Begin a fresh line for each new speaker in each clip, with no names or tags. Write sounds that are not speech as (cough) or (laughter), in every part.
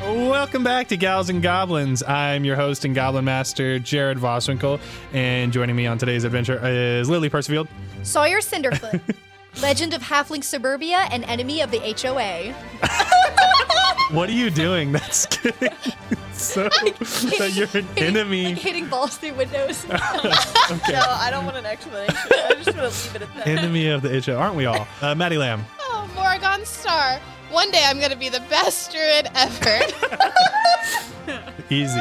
Welcome back to Gals and Goblins. I'm your host and Goblin Master, Jared Voswinkle, and joining me on today's adventure is Lily Persefield.
Sawyer Cinderfoot, legend of halfling suburbia and enemy of the HOA.
What are you doing? (laughs) That's kidding. so that you're an
Hitting-
enemy.
like hitting balls through windows.
No, I don't want an explanation. I just want to leave it at that.
Enemy of the HO, aren't we all? Uh, Maddie Lamb.
Oh, Morrigan Star. One day I'm going to be the best druid ever.
Easy.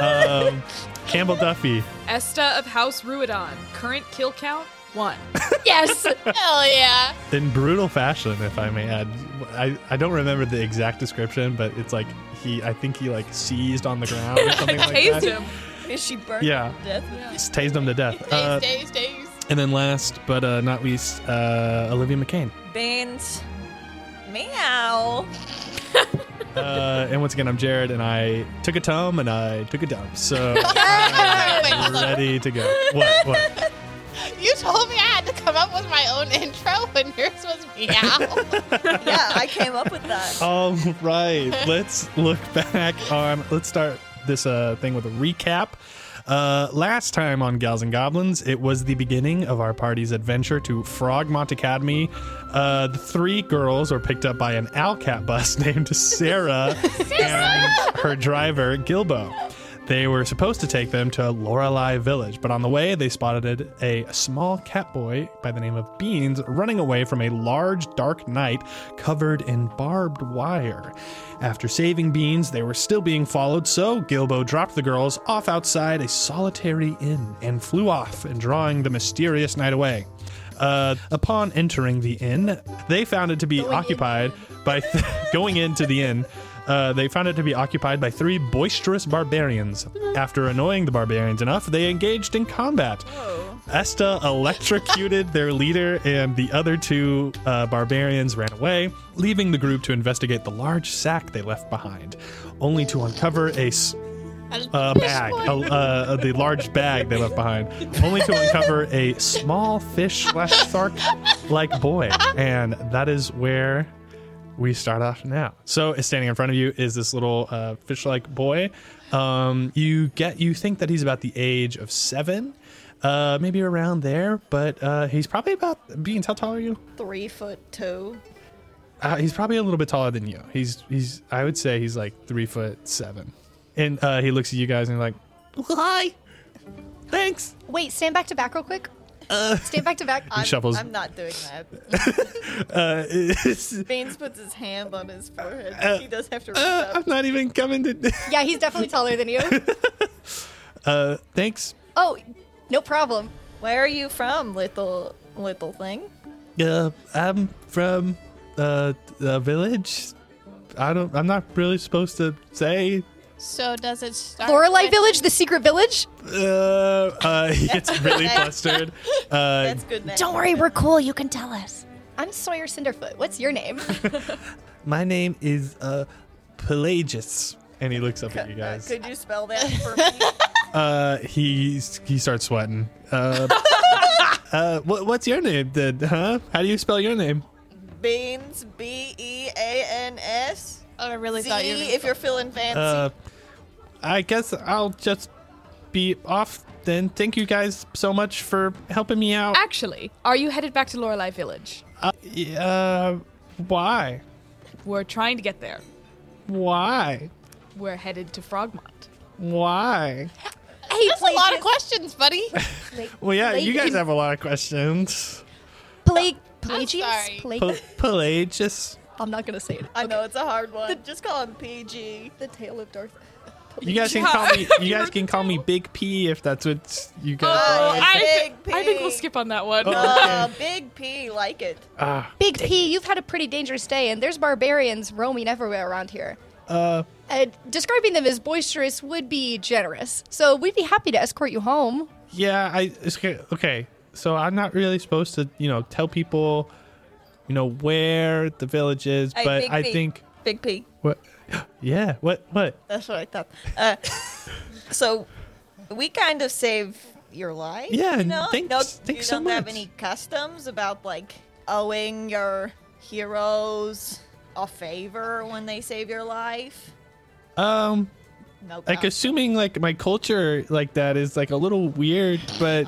Um, Campbell Duffy.
Esta of House Ruidon. Current kill count one.
(laughs) yes.
Hell yeah.
in brutal fashion, if I may add. I, I don't remember the exact description, but it's like he I think he like seized on the ground or something like
(laughs) Tased
that.
him.
Is she burnt
Yeah.
to death?
Just tased him to death.
Days,
Uh,
days, days.
and then last but uh, not least, uh, Olivia (laughs) McCain.
Baines. Meow.
Uh, and once again, I'm Jared, and I took a tum and I took a dump, so
(laughs)
(laughs)
Wait,
I'm
(laughs) hold on.
ready to go. What? What?
You told me I had to come up with my own intro when yours was (laughs) meow.
Yeah, I came up with
(laughs)
that.
All right, let's look back on. Um, Let's start this uh, thing with a recap. Uh, last time on Gals and Goblins, it was the beginning of our party's adventure to Frogmont Academy. Uh, the three girls were picked up by an Alcat bus (laughs) named (laughs) Sarah and her driver Gilbo. They were supposed to take them to Lorelei Village, but on the way they spotted a small cat boy by the name of Beans running away from a large dark knight covered in barbed wire. After saving Beans, they were still being followed, so Gilbo dropped the girls off outside a solitary inn and flew off and drawing the mysterious knight away. Uh, upon entering the inn, they found it to be occupied by (laughs) going into the inn. Uh, they found it to be occupied by three boisterous barbarians. After annoying the barbarians enough, they engaged in combat. Esta electrocuted their leader, and the other two uh, barbarians ran away, leaving the group to investigate the large sack they left behind, only to uncover a s- uh, bag, a, uh, the large bag they left behind, only to uncover a small fish slash shark like boy. And that is where we start off now. So, standing in front of you is this little uh, fish like boy. Um, you get you think that he's about the age of seven, uh, maybe around there, but uh, he's probably about beans. How tall are you?
Three foot two.
Uh, he's probably a little bit taller than you. He's he's I would say he's like three foot seven, and uh, he looks at you guys and like, hi, thanks.
Wait, stand back to back real quick. stand back to back.
I'm,
shuffles.
I'm not doing that.
(laughs) Uh, (laughs) it's-
Baines puts his hand on his forehead. he does have to reach
uh,
up.
I'm not even coming to.
Yeah, he's definitely taller than you.
Uh, (laughs) thanks.
Oh, no problem.
Where are you from, little little thing?
Uh, I'm from uh, a village. I don't. I'm not really supposed to say.
So does it start?
Lorelei
with-
Village, the secret village.
Uh, uh, (laughs) he gets really flustered. Uh,
That's good. Name.
Don't worry, we're cool. You can tell us.
I'm Sawyer Cinderfoot. What's your name?
my name is uh, Pelagius, and he looks up at you
Uh,
guys.
could you
(laughs)
spell that for me?
Uh, he he starts sweating. Uh, uh, what, what's your name, then? Huh? How do you spell your name?
Baines, B E A N S.
Oh, I really
Z,
thought you were
if you're feeling fancy.
Uh, I guess I'll just be off then. Thank you guys so much for helping me out.
Actually, are you headed back to Lorelei Village?
Uh, y- uh why?
We're trying to get there.
Why?
We're headed to Frogmont.
Why?
hey,
That's a lot of questions, buddy. (laughs)
Well, yeah, you
Pelagian-
guys have a lot of questions.
Pelag- Pelagius.
sorry.
Pelag-
P- Pelagius,
I'm not gonna say it.
I know it's a hard one. Just call him PG.
The tale of Darth.
you guys can
Yeah.
call me. You guys can call me Big P if that's what you guys.
Uh,
Oh,
like.
I-
I,
Big
I think we'll
pig.
skip on that one.
Uh, big P, like it.
Ah,
Big P, you've had a pretty dangerous day, and there's barbarians roaming everywhere around here.
uh,
Uh, describing them as boisterous would be generous, so we'd be happy to escort you home.
Yeah, I it's okay, okay. So I'm not really supposed to, you know, tell people, you know, where the village is,
Hey,
but
Big
I
P.
think
Big P.
what (gasps) Yeah, what what?
That's what I thought. Uh, (laughs) so we kind of save your life.
Yeah,
you know?
thanks-
No, you
thanks so
don't have
much.
any customs about like owing your heroes a favor when they save your life.
Um,
No.
like assuming like my culture like that is like a little weird, (laughs) but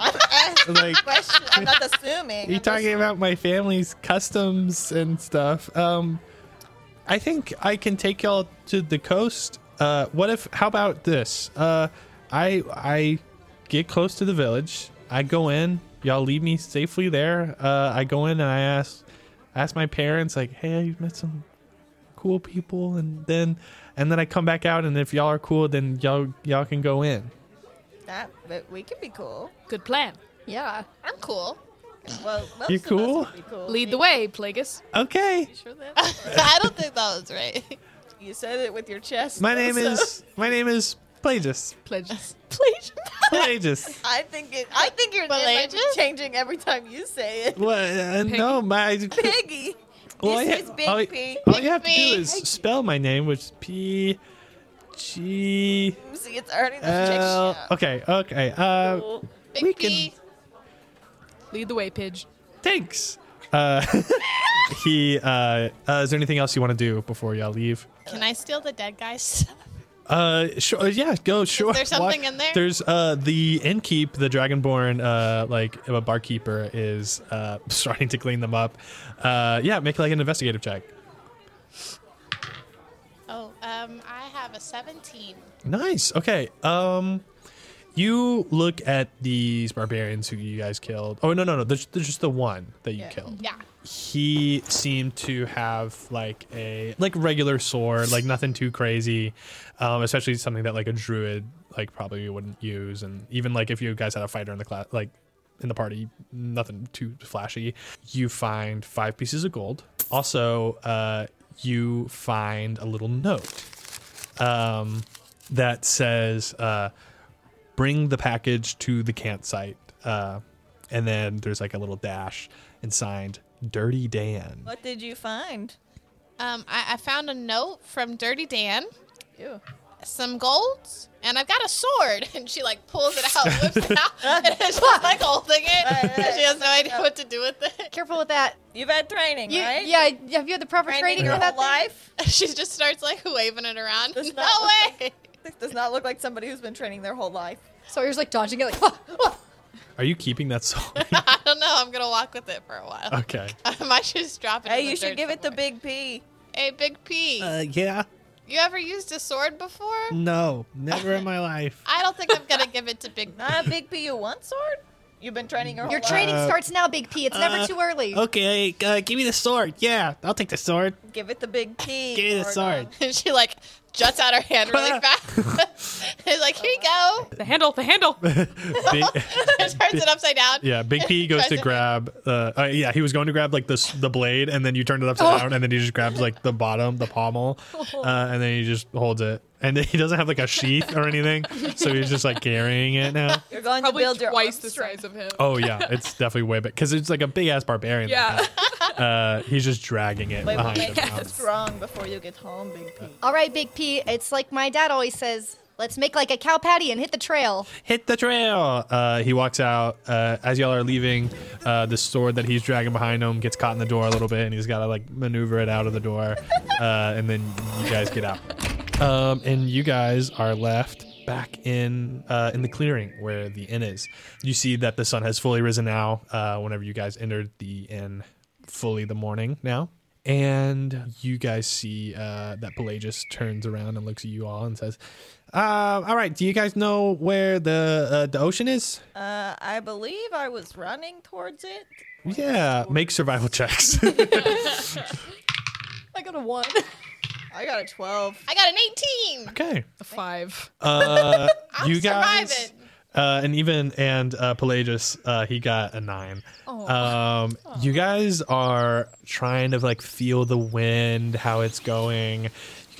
like
Question. I'm not
(laughs)
assuming.
you're
I'm just-
talking about my family's customs and stuff. Um, I think I can take y'all to the coast. Uh, what if? How about this? Uh, I I get close to the village. I go in. Y'all leave me safely there. Uh, I go in and I ask ask my parents like, "Hey, you've met some cool people," and then and then I come back out. And if y'all are cool, then y'all y'all can go in.
that, but we could be cool.
(laughs) Good plan.
Yeah.
I'm (laughs) cool.
Well, most
You
of us
cool?
would be cool.
Lead the way, Plagueis.
Okay.
I don't think that was right.
You said it with your chest.
My name
(laughs) so-
is my name is Plagius.
Pledges.
Please.
Plagius.
I think it. I think your name might be
Pelagius?
changing every time you say it.
Well, uh, no,
(laughs)
my.
Piggy.
all you-
this is Big
all, you-
P.
all you have to
Big
do
P.
is spell my name, which is P G
See, it's already
L.
the
Okay, okay. Uh,
Cool.
Big
We
B.
Lead the way, Pidge.
thanks. Uh, (laughs) he. Uh, uh, is there anything else you want to do before y'all leave?
Can I steal the dead guy's? (laughs)
Uh, sure. Yeah, go. Sure.
there something in there?
There's uh the innkeep, the dragonborn, uh like a barkeeper is uh (laughs) starting to clean them up. Uh, yeah, make like an investigative check.
Oh, um, I have a 17.
Nice. Okay. Um, you look at these barbarians who you guys killed. Oh no no no! There's, there's just the one that you killed.
Yeah.
He seemed to have like a like regular sword, like nothing too crazy. Um, especially something that like a druid like probably wouldn't use, and even like if you guys had a fighter in the class, like in the party, nothing too flashy. You find five pieces of gold. Also, uh, you find a little note um, that says uh, bring the package to the campsite uh, and then there's like a little dash and signed dirty dan
What did you find?
Um, I, I found a note from Dirty Dan,
Ew.
some golds, and I've got a sword. (laughs) And she like pulls it out, whips
(laughs)
it out, and she's like holding it. and she has no idea what to do with it. (laughs)
Careful with that.
You've had training,
You,
right?
Yeah. Have you had the proper
Training
training
your
for
whole
that? thing?
life. (laughs)
She just starts like waving it around.
Does
no
not look
way.
This does not look like somebody who's been training their whole life.
Sawyer's like dodging it, like, "Wah, wah."
are you keeping that song
(laughs)
(laughs)
I don't know. I'm gonna walk with it for a while.
okay
(laughs) I might just drop it. in
Hey,
the
you should
dirt
give it to
somewhere.
Big Uh. P.
Hey, Big P.
Uh, yeah
you ever used a sword before?
no never in my life
I don't think I'm gonna give it
(laughs)
to Big P. (laughs)
Not a Big P. You want sword? You've been training your whole
Your
life.
training
Uh,
starts now, Big P. It's never
uh,
too early.
(laughs) okay uh, give me the sword yeah i'll take the sword
Give it to Big P.
give me the
or
sword
And she like juts out her hand
(laughs)
really fast. (laughs) It's like, here you go. (laughs)
The handle, the handle.
Big-
And turns it upside down.
yeah big
(laughs)
p goes to
Tries to-
grab uh, uh yeah he was going to grab like this the blade and then you turned it
Oh.
upside down and then he just grabs like the bottom the
(laughs)
pommel uh, and then he just holds it and then he doesn't have like a sheath or anything so he's just like carrying it now
You're going
Probably
to build your
twice
own
the
strength.
size of him.
Oh yeah, it's definitely way big because it's like a big ass barbarian.
Yeah.
uh, he's just dragging it
But we'll
behind
make
him.
you strong before you get home, Big P.
All right, Big P. It's like my dad always says. Let's make like a cow patty and hit the trail.
Hit the trail. Uh, he walks out uh, as y'all are leaving. Uh, the sword that he's dragging behind him gets caught in the door a little bit, and he's got to like maneuver it out of the door, uh, and then you guys get out. Um, and you guys are left back in uh, in the clearing where the inn is. You see that the sun has fully risen now. Uh, whenever you guys entered the inn, fully the morning now. And you guys see uh, that Pelagius turns around and looks at you all and says, uh, "All right, do you guys know where the uh, the ocean is?"
Uh, I believe I was running towards it.
Yeah, make survival checks. (laughs)
I got a one.
I got a 12.
I got an 18.
okay,
A five.
uh,
(laughs) I'm
you guys,
surviving.
uh, and even and uh, Pelagius, uh, he got a nine.
Oh.
Um, you guys are trying to like feel the wind, how it's going. You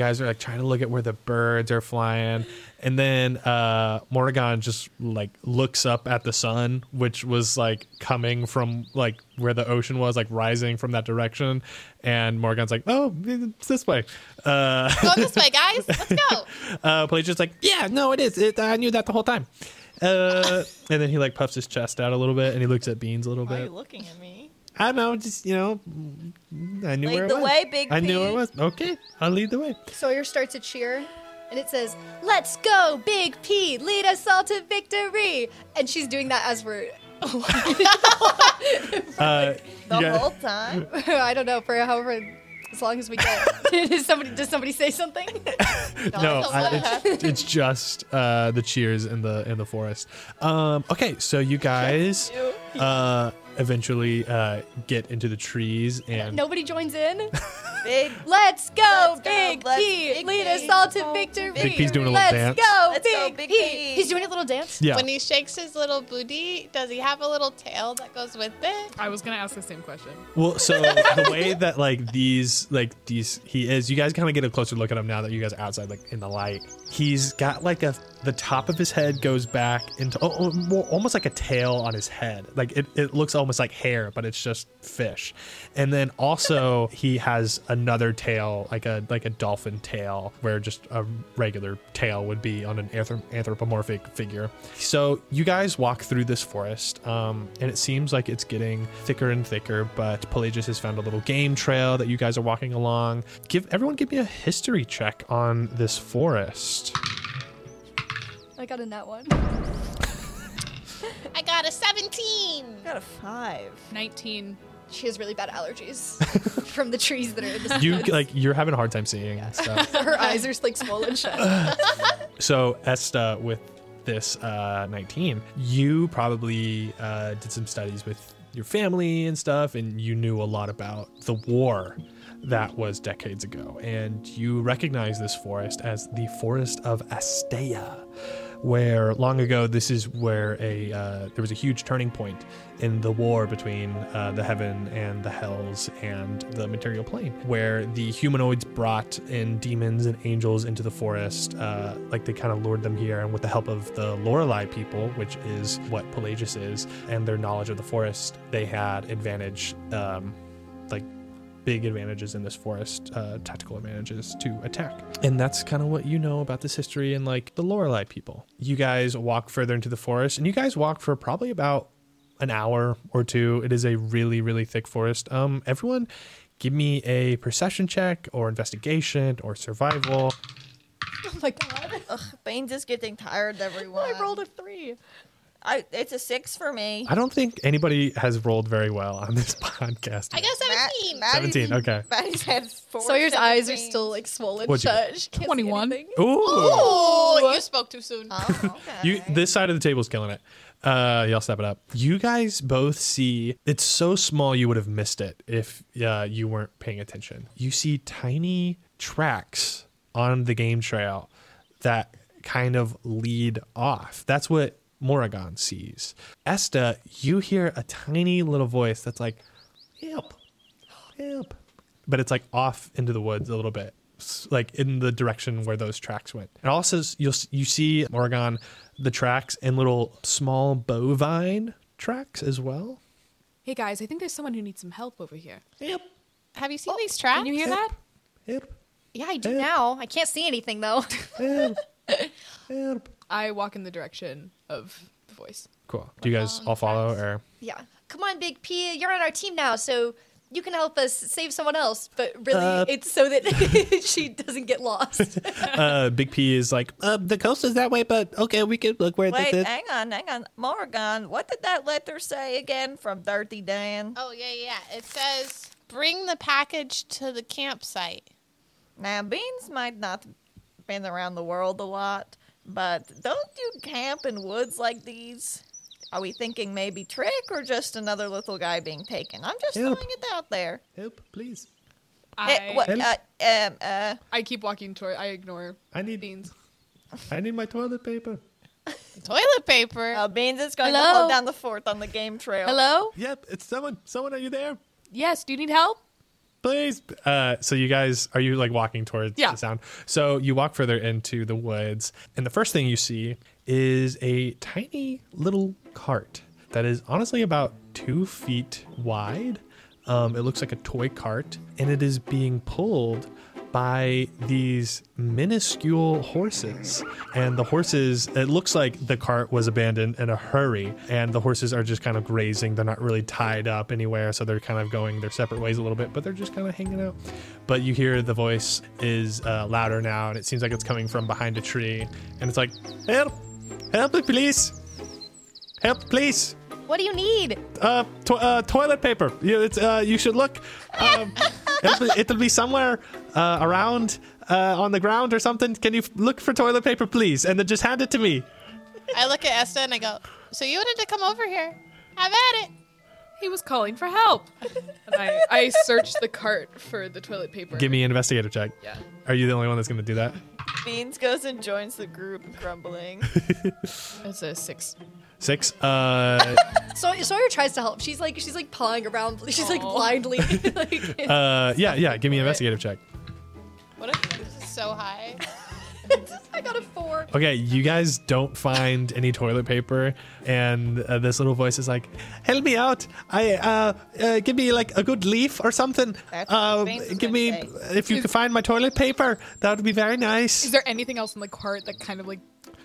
guys are like trying to look at where the birds are flying, and then uh, Morrigan just like looks up at the sun, which was like coming from like where the ocean was, like rising from that direction. And Morgan's like, "Oh, it's this way." Uh, (laughs)
Go this way, guys. Let's go.
uh, Pelagius like, yeah, no, it is. It, I knew that the whole time. Uh, and then he like puffs his chest out a little bit and he looks at Beans a little
Why are
bit.
you looking at
(laughs)
me?
I don't know, just you know, I knew
Lead
where it
the
was.
way, Big
I knew where it
P.
was. Okay, I'll lead the way.
Sawyer starts a cheer. and it says, "Let's go, Big P, lead us all to victory." And she's doing that as we're. (laughs)
Uh,
The
you guys-
whole
(laughs)
time.
I don't know for however as long as we get. (laughs) Does somebody does somebody say something? (laughs)
no,
That's a
I,
lot.
it's, it's just uh, the cheers in the in the forest. Um, okay, so you guys uh, eventually uh, get into the trees and
Nobody joins
(laughs)
in.
Big
Let's go,
Let's go,
Big
let's-
P,
Big
lead
P.
us all to
Go,
victory.
Big P's doing a little
Let's
dance.
Go,
Let's
Big
go, Big
P.
P.
He's doing a little dance.
yeah.
When he shakes his little booty, does he have a little tail that goes with it?
I was gonna ask the same question.
Well, so the way that like these like these he is, you guys kind of get a closer look at him now that you guys are outside like in the light. He's got like a the top of his head goes back into oh, oh, more, almost like a tail on his head. Like it, it looks almost like hair, but it's just fish. And then also he has another tail like a like a dolphin tail where just a regular tail would be on an anthrop- anthropomorphic figure. So you guys walk through this forest, um, and it seems like it's getting thicker and thicker. But Pelagius has found a little game trail that you guys are walking along. Give everyone, give me a history check on this forest.
I got in
(laughs)
that one.
I got a 17.
got a five.
19.
She has really bad
(laughs)
allergies from the trees that are in this.
You like you're having a hard time seeing stuff.
(laughs) Her eyes are like
(laughs)
swollen shut.
So Esta, with this uh, 19, you probably uh, did some studies with your family and stuff, and you knew a lot about the war that was decades ago, and you recognize this forest as the forest of Astea. Where long ago, this is where a uh, there was a huge turning point in the war between uh, the heaven and the hells and the material plane, where the humanoids brought in demons and angels into the forest, uh, like they kind of lured them here, and with the help of the Lorelei people, which is what Pelagius is, and their knowledge of the forest, they had advantage, um, like big advantages in this forest, uh, tactical advantages to attack. And that's kind of what you know about this history and like the Lorelei people. You guys walk further into the forest, and you guys walk for probably about an hour or two. It is a really, really thick forest. Um, everyone, give me a perception check or investigation or survival.
oh my god!
Ugh, Bane's is getting tired, everyone.
I rolled a three.
I, it's a six for me.
I don't think anybody has rolled very well on this (laughs) podcast.
I got
Matt-
17.
Maddie's-
17, okay.
Maddie's had four.
Sawyer's eyes are
17s.
still like swollen
What'd you
shut.
get?
She can't see
21.
anything.
Ooh.
Oh, you spoke too soon.
Oh, okay.
You this side of the table's killing it. Uh, y'all step it up. You guys both see it's so small you would have missed it if uh, you weren't paying attention. You see tiny tracks on the game trail that kind of lead off. That's what Morrigan sees. Esta, you hear a tiny little voice that's like, "Help, help!" But it's like off into the woods a little bit, s- like in the direction where those tracks went. And also, s- you'll s- you see Morrigan the tracks and little small bovine tracks as well.
Hey guys, I think there's someone who needs some help over here.
Yep,
Have you seen these tracks?
Oh, Can you hear that?
yep,
Yeah, I do now. I can't see anything though.
(laughs) yep, yep.
I walk in the direction of the voice.
Cool. Do you guys all follow or?
yeah. Come on, Big P. You're on our team now, so you can help us save someone else. But really,
Uh,
it's so that (laughs) she doesn't get lost.
Uh, Big P is like, uh, the coast is that way, but okay, we could look where
Wait,
this is.
hang on, hang on. Morgan, what did that letter say again from Dirty Dan?
Oh, yeah, yeah. yeah. It says, bring the package to the campsite.
Now, Beans might not been around the world a lot, but don't you camp in woods like these? Are we thinking maybe trick or just another little guy being taken? I'm just
Help.
throwing it out there.
Help, please.
I,
Eh, what, uh, um, uh,
I keep walking toward. I ignore.
I need-
beans.
I need my toilet paper.
Toilet paper.
uh, Beans is going to
Hello?
hold down the fort on the game trail.
Hello?
Yep, it's someone. Someone, are you there?
Yes. Do you need help?
please. Uh, so you guys, are you like walking towards
Yeah.
the sound? So you walk further into the woods, and the first thing you see is a tiny little cart that is honestly about two feet wide. Um, it looks like a toy cart, and it is being pulled by these minuscule horses. And the horses, it looks like the cart was abandoned in a hurry, and the horses are just kind of grazing. They're not really tied up anywhere, so they're kind of going their separate ways a little bit, but they're just kind of hanging out. but you hear the voice is uh, louder now, and it seems like it's coming from behind a tree. And it's like, help, help me, please, help, please.
What do you need?
Uh, to- uh, toilet paper. You, it's, uh, you should look. Um, it'll, be, it'll be somewhere uh, around uh, on the ground or something. Can you f- look for toilet paper, please? And then just hand it to me.
I look at Esta and I go, "So you wanted to come over here? Have at it."
He was calling for
(laughs)
help. And I, I searched the cart for the toilet paper.
Give me an investigator check.
Yeah.
Are you the only one that's going to do that?
Beans goes and joins the group,
(laughs)
grumbling.
It's a six.
Six. Uh,
So Sawyer tries to help. She's like she's like pawing around. She's like
Aw.
blindly. (laughs) like,
uh, yeah, yeah. Give me an investigative check.
What if this is so high?
I got a four.
Okay, you guys don't find any toilet paper, and uh, this little voice is like, "Help me out! I uh, uh give me like a good leaf or something.
That's what
uh,
Vince is
give
gonna
me
say.
if you can find my toilet paper, that would be very nice."
Is there anything else in the cart that kind of like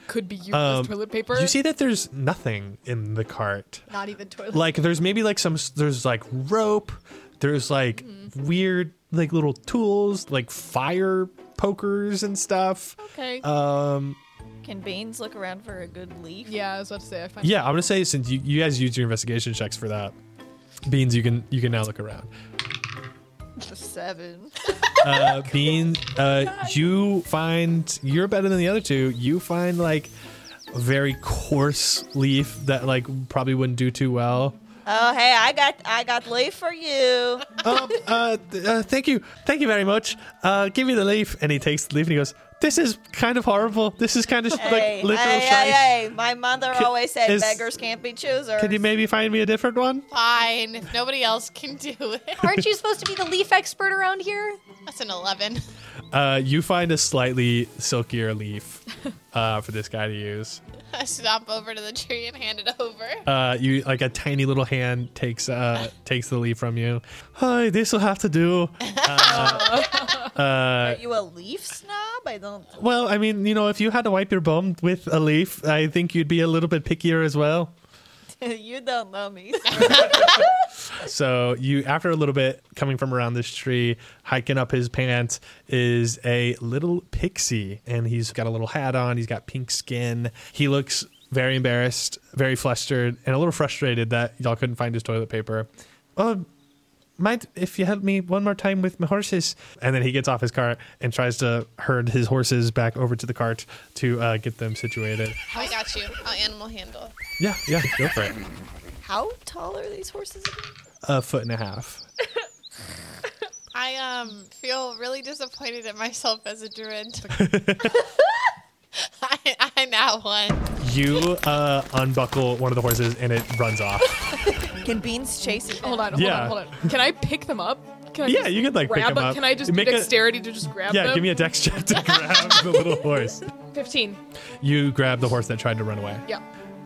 could be used
Um,
as toilet paper?
You see that there's nothing in the cart.
Not even toilet.
Like there's maybe like some there's like rope, there's like
Mm-hmm.
weird like little tools like fire pokers and stuff.
okay.
Um,
Can Beans look around for a good leaf?
yeah, I was about to say I find
Yeah, I'm gonna say since you, you guys used your investigation checks for that, Beans, you can you can now look
(laughs)
around.
A seven.
Uh, Beans, uh, you find you're better than the other two. You find like a very coarse leaf that like probably wouldn't do too well.
Oh hey, I got I got leaf for you.
Um, uh, th- uh, thank you, thank you very much. Uh, give me the leaf, and he takes the leaf and he goes, "This is kind of horrible. This is kind of
Hey,
like literal
hey,
shite.
hey, hey. My mother
Can-
always said
is-
beggars can't be choosers.
Can you maybe find me a different one?"
Fine, if nobody else can do it.
Aren't you supposed to be the leaf expert around here?
That's an eleven. (laughs)
Uh, you find a slightly silkier
(laughs)
leaf uh, for this guy to use.
I stomp over to the tree and hand it over.
Uh, you like a tiny little hand takes uh, takes the leaf from you. Hi, this will have to do.
Are you a leaf snob? I don't. (laughs)
Well, I mean, you know, if you had to wipe your bum with a leaf, I think you'd be a little bit pickier as well.
you don't know (laughs) me.
So you, after a little bit, coming from around this tree, hiking up his pants is a little pixie, and he's got a little hat on. He's got pink skin. He looks very embarrassed, very flustered, and a little frustrated that y'all couldn't find his toilet paper. Oh, mind if you help me one more time with my horses? And then he gets off his cart and tries to herd his horses back over to the cart to uh, get them situated.
I got you. I'll animal handle.
Yeah, yeah, go for it.
How tall are these horses? again?
A foot and a half.
I um feel really disappointed at myself as a druid. I, I now won.
You uh, unbuckle one of the horses and it runs off.
Can Beans chase it?
Hold on, hold
Yeah.
on, hold on. Can I pick them up? Can I
Yeah,
just
you could, like, pick
grab
them up.
Can I just
Make
do
a-
dexterity to just grab them?
Yeah, give me a dex check to (laughs) grab the little horse.
fifteen.
You grab the horse that tried to run away.
Yeah.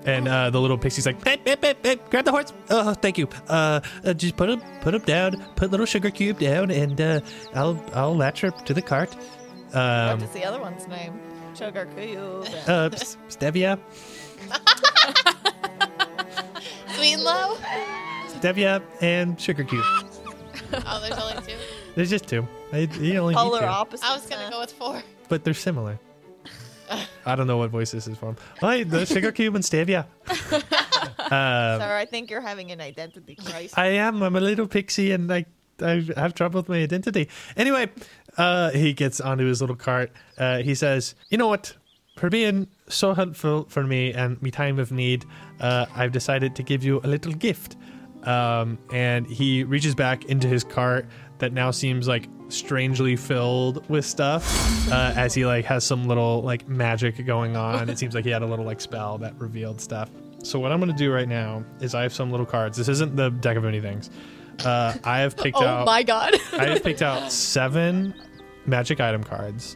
And uh, the little pixie's like, "Hey, hey, hey, hey, grab the horse. Oh, thank you. Uh, uh, just put him, put him down. Put little sugar cube down, and uh, I'll, I'll latch her to the cart. Um,
What is the other one's name? Sugar Cube.
(laughs)
uh, s- stevia,
Sweet and low.
stevia, and sugar cube.
Oh, there's only two.
There's just two. I, you only need
Polar
two,
opposite.
I was gonna go with four.
but they're similar. I don't know what voice this is from. Hi, the sugar cube and stevia. Uh,
Sorry, I think you're having an (laughs) identity crisis.
I am. I'm a little pixie, and I I have trouble with my identity. Anyway, uh, he gets onto his little cart. Uh, he says, "You know what? For being so helpful for me and me time of need, uh, I've decided to give you a little gift." Um, and he reaches back into his cart that now seems like strangely filled with stuff uh, as he like has some little like magic going on it seems like he had a little like spell that revealed stuff so what i'm gonna do right now is i have some little cards this isn't the deck of any things uh, i have picked
(laughs) Oh
out
my god.
i have picked out seven magic item cards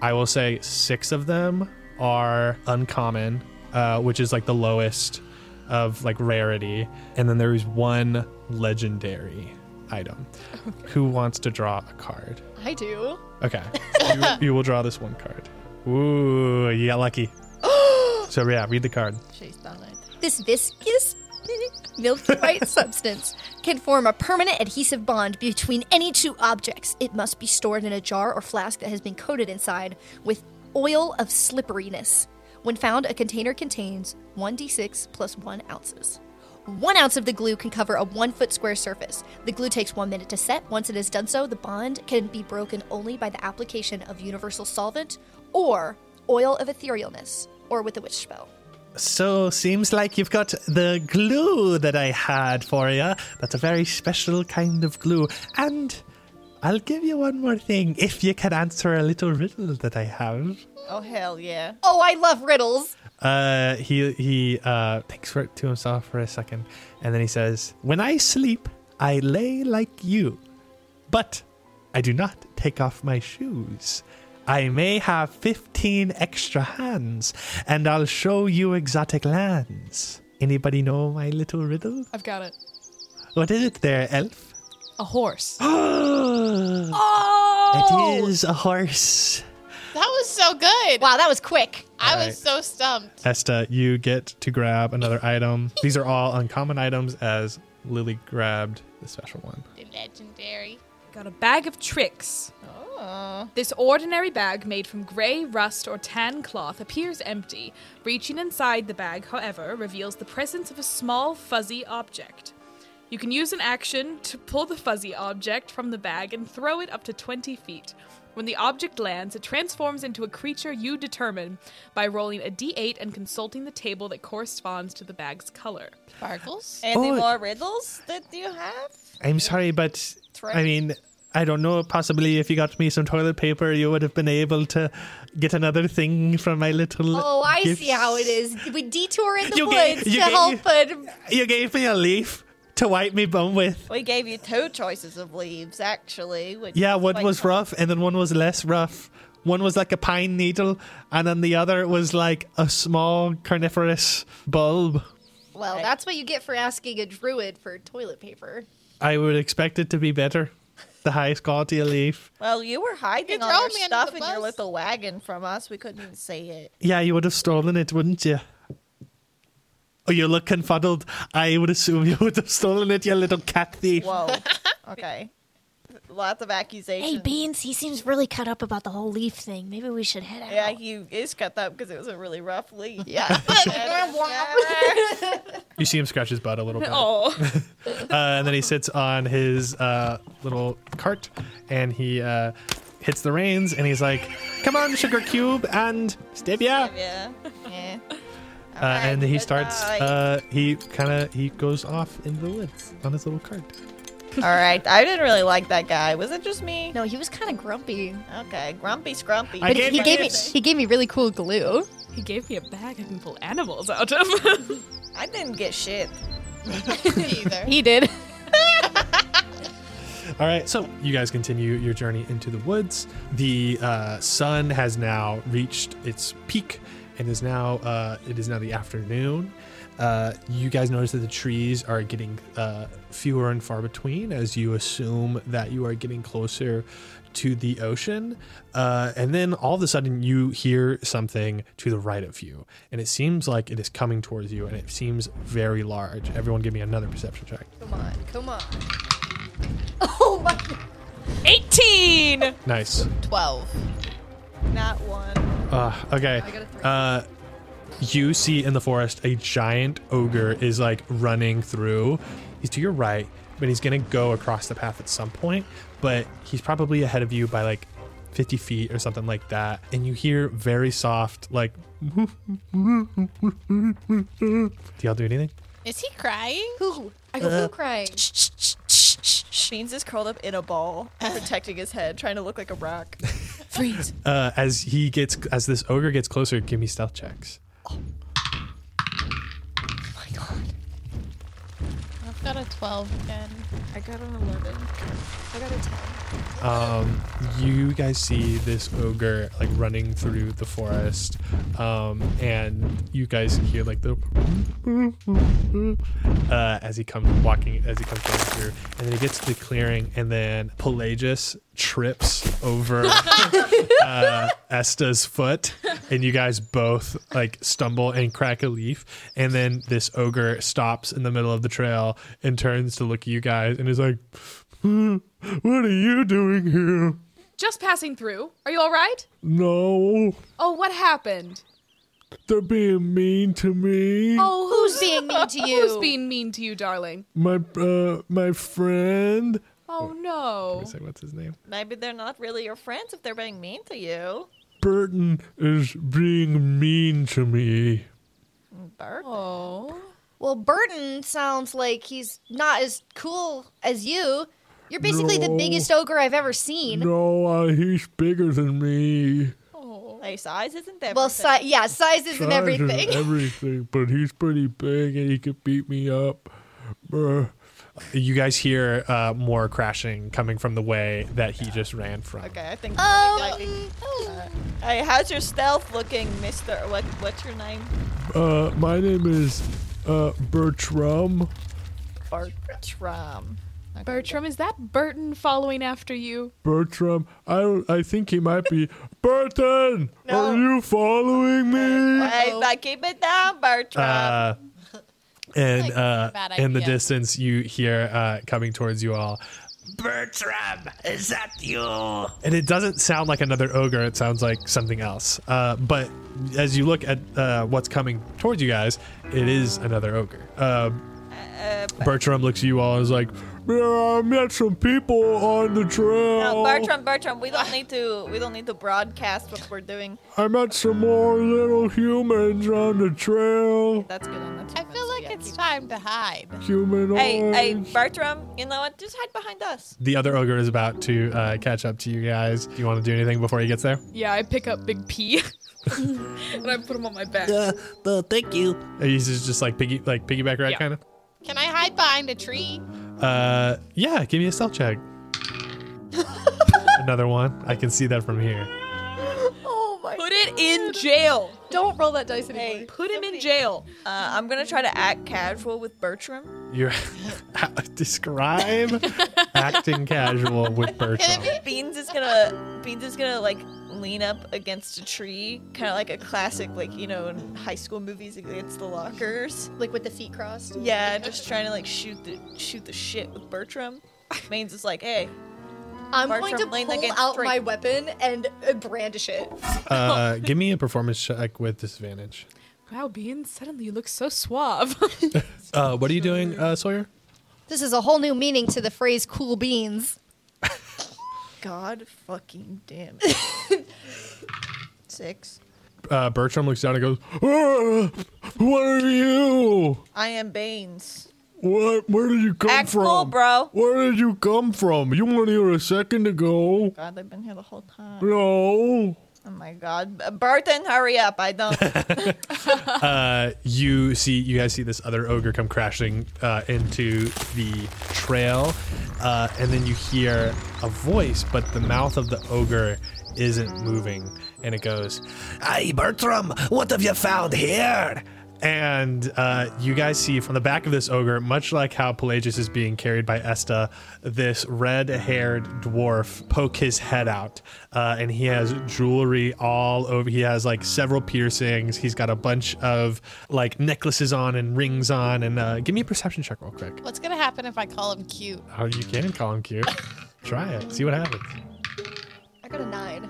i will say six of them are uncommon uh, which is like the lowest of like rarity and then there is one legendary item who wants to draw a card
I do. (laughs)
Okay. you, you will draw this one card. Ooh,
(gasps)
you got lucky. so yeah, read the card.
She's done it.
This viscous milky white substance can form a permanent adhesive bond between any two objects. It must be stored in a jar or flask that has been coated inside with oil of slipperiness. When found, a container contains 1d6 plus 1 ounces. One ounce of the glue can cover a one foot square surface. The glue takes one minute to set. Once it is done so, the bond can be broken only by the application of universal solvent or oil of etherealness or with a witch spell.
So seems like you've got the glue that I had for you. That's a very special kind of glue. And I'll give you one more thing if you can answer a little riddle that I have.
Oh hell yeah!
Oh, I love riddles.
Uh, he he uh, thinks for, to himself for a second, and then he says, "When I sleep, I lay like you, but I do not take off my shoes. I may have fifteen extra hands, and I'll show you exotic lands. Anybody know my little riddle?
I've got it.
What is it, there, elf? (gasps)
A horse.
oh, (gasps) it is a horse."
That was so good.
Wow, that was quick.
I
Right.
was so stumped.
Esta, you get to grab another item. These are all uncommon items as Lily grabbed the special one.
The legendary.
Got a bag of tricks.
Oh,
This ordinary bag made from grey, rust, or tan cloth appears empty. Reaching inside the bag, however, reveals the presence of a small, fuzzy object. You can use an action to pull the fuzzy object from the bag and throw it up to 20 feet. When the object lands, it transforms into a creature you determine by rolling a d8 and consulting the table that corresponds to the bag's color.
Sparkles.
any
Oh.
more riddles that you have?
I'm sorry, but
Thread.
I mean, I don't know. Possibly if you got me some toilet paper, you would have been able to get another thing from my little.
Oh, I see
gifts.
how it is. We detour in the
You gave-
woods
you
to
gave-
help it.
You gave me a leaf to wipe me bum with.
We gave you two choices of leaves, actually. Which
Yeah,
is
one
like-
was rough, and then one was less rough. One was like a pine needle, and then the other was like a small carnivorous bulb.
Well, that's what you get for asking a druid for toilet paper.
I would expect it to be better. The highest quality of leaf.
Well, you were hiding
You
all your
throw me under
stuff
the
in your
bus.
little wagon from us. We couldn't even see it.
Yeah, you would have stolen it, wouldn't you? Oh, you look confuddled. I would assume (laughs) you would have stolen it, you little cat thief.
Whoa. (laughs) okay. Lots of accusations.
Hey, Beans, he seems really cut up about the whole leaf thing. Maybe we should head out.
Yeah, he is cut up because it was a really rough leaf. (laughs)
Yeah.
You see him scratch his butt a little bit.
Oh.
Uh, and then he sits on his uh, little cart and he uh, hits the reins and he's like, Come on, Sugar Cube and Stevia.
Yeah. Yeah.
Uh, and he
good
starts,
night.
uh, he kind of, he goes off into the woods on his little cart.
All right. I didn't really like that guy. Was it just me?
no, he was kind of grumpy.
Okay. Grumpy Scrumpy.
I
But
gave
he
my
gave me
gifts.
he gave me really cool glue.
He gave me a bag I can pull animals out
(laughs)
of.
I didn't get shit.
Either.
He did.
All right, so you guys continue your journey into the woods. The uh, sun has now reached its peak, and is now uh, it is now the afternoon. Uh, you guys notice that the trees are getting uh, fewer and far between as you assume that you are getting closer to the ocean. Uh, and then all of a sudden, you hear something to the right of you, and it seems like it is coming towards you, and it seems very large. Everyone, give me another perception check.
Come on, come on. Oh my
18!
Nice.
12.
Not one.
Uh, okay. Uh, you see in the forest a giant ogre is like running through. He's to your right, but he's gonna go across the path at some point. But he's probably ahead of you by like 50 feet or something like that. And you hear very soft, like. (laughs) Do y'all do anything?
Is he crying?
Who? I go who crying.
Beans is curled up in a ball, protecting his head, trying to look like a rock.
Freeze.
Uh, as he gets, as this ogre gets closer, give me stealth checks.
I've got a 12 again.
I got an 11.
um, you guys see this ogre like running through the forest um, and you guys hear like the (laughs) uh, as he comes walking as he comes going through and then he gets to the clearing and then pelagius trips over uh, esta's foot and you guys both like stumble and crack a leaf, and then this ogre stops in the middle of the trail and turns to look at you guys and is like, "Hmm, "What are you doing here?"
Just passing through. Are you all right?
No,
Oh, what happened?
they're being mean to me.
Oh, who's
Who's being mean to you?
who's being mean to you, darling?
My uh, my friend.
Oh no.
Say what's his name?
Maybe they're not really your friends if they're being mean to you.
Burton is being mean to me.
Bert.
Oh.
Well, Burton sounds like he's not as cool as you. You're basically the
No.
biggest ogre I've ever seen.
No, uh, he's bigger than me.
Hey, size isn't that
Well, si- yeah, size isn't
Size is
everything. (laughs)
everything, but he's pretty big and he could beat me up. Brr. You guys hear uh, more crashing coming from the way that he just ran from.
Okay, I think.
Um,
Hey, how's your stealth looking, Mister? What? What's your name?
Uh, my name is uh, Bertram.
Bertram. Okay,
Bertram, is that Burton following after you?
Bertram, I don't- I think he might be. Burton,
No.
are you following me?
Hey, but keep it down, Bertram.
Uh, and
Like,
uh,
bad
in the
idea.
distance, you hear uh, coming towards you all. Bertram, is that you? And it doesn't sound like another ogre. It sounds like something else. Uh, but as you look at uh, what's coming towards you guys, it is another ogre. Uh, Bertram looks at you all and is like, "Yeah, I met some people on the trail.
no,
Oh.
Bertram, Bertram, we don't need to. We don't need to broadcast what we're doing.
I met some more little humans on the trail.
That's good enough.
I feel like it's time to hide.
Humanoids.
Hey, hey, Bertram, you know what? Just hide behind us.
The other ogre is about to uh, catch up to you guys. Do you want to do anything before he gets there?
Yeah, I pick up Big P (laughs) and I put him on my back.
Uh, Or he's just, just like piggy, like piggyback ride
Yeah.
kind of.
Can I hide behind a tree?
Uh, yeah. Give me a stealth check. Another one. I can see that from here.
Put it in jail. Don't roll that dice anymore.
Hey,
Put him in jail.
Uh, I'm gonna try to act casual with Bertram.
You're (laughs)
(laughs)
describe acting casual with Bertram.
Beans is gonna, Beans is gonna like lean up against a tree, kind of like a classic, like you know, in high school movies against the lockers.
like with the feet crossed.
Yeah, (laughs) just trying to like shoot the shoot the shit with Bertram. Mains is like, hey,
I'm
Bartram
going to
leaned
pull
against
out
tree.
my weapon and uh, brandish it.
Uh, give me a performance check with disadvantage.
Wow, Bean, suddenly you look so suave. (laughs)
Uh, what are you doing, uh, Sawyer?
This is a whole new meaning to the phrase "cool beans."
God fucking damn it. (laughs) Six.
Uh, Bertram looks down and goes, "Ugh, Uh, "What are you?"
I am Baines.
What? Where did you come
Act
from,
cool, bro.
Where did you come from? You weren't here a second ago.
God, they've been here the whole time.
No.
Oh my god. B- Burton, hurry up. I don't. (laughs)
Uh, you see, you guys see this other ogre come crashing uh, into the trail, uh, and then you hear a voice, but the mouth of the ogre isn't moving, and it goes, "Hey, Bertram, what have you found here?" And uh, you guys see from the back of this ogre, much like how Pelagius is being carried by Esta, this red haired dwarf poke his head out. Uh, and he has jewelry all over. He has like several piercings. He's got a bunch of like necklaces on and rings on. And uh, give me a perception check, real quick.
What's gonna happen if I call him cute?
Oh, you can call him cute. Try it. See what happens.
I got a nine.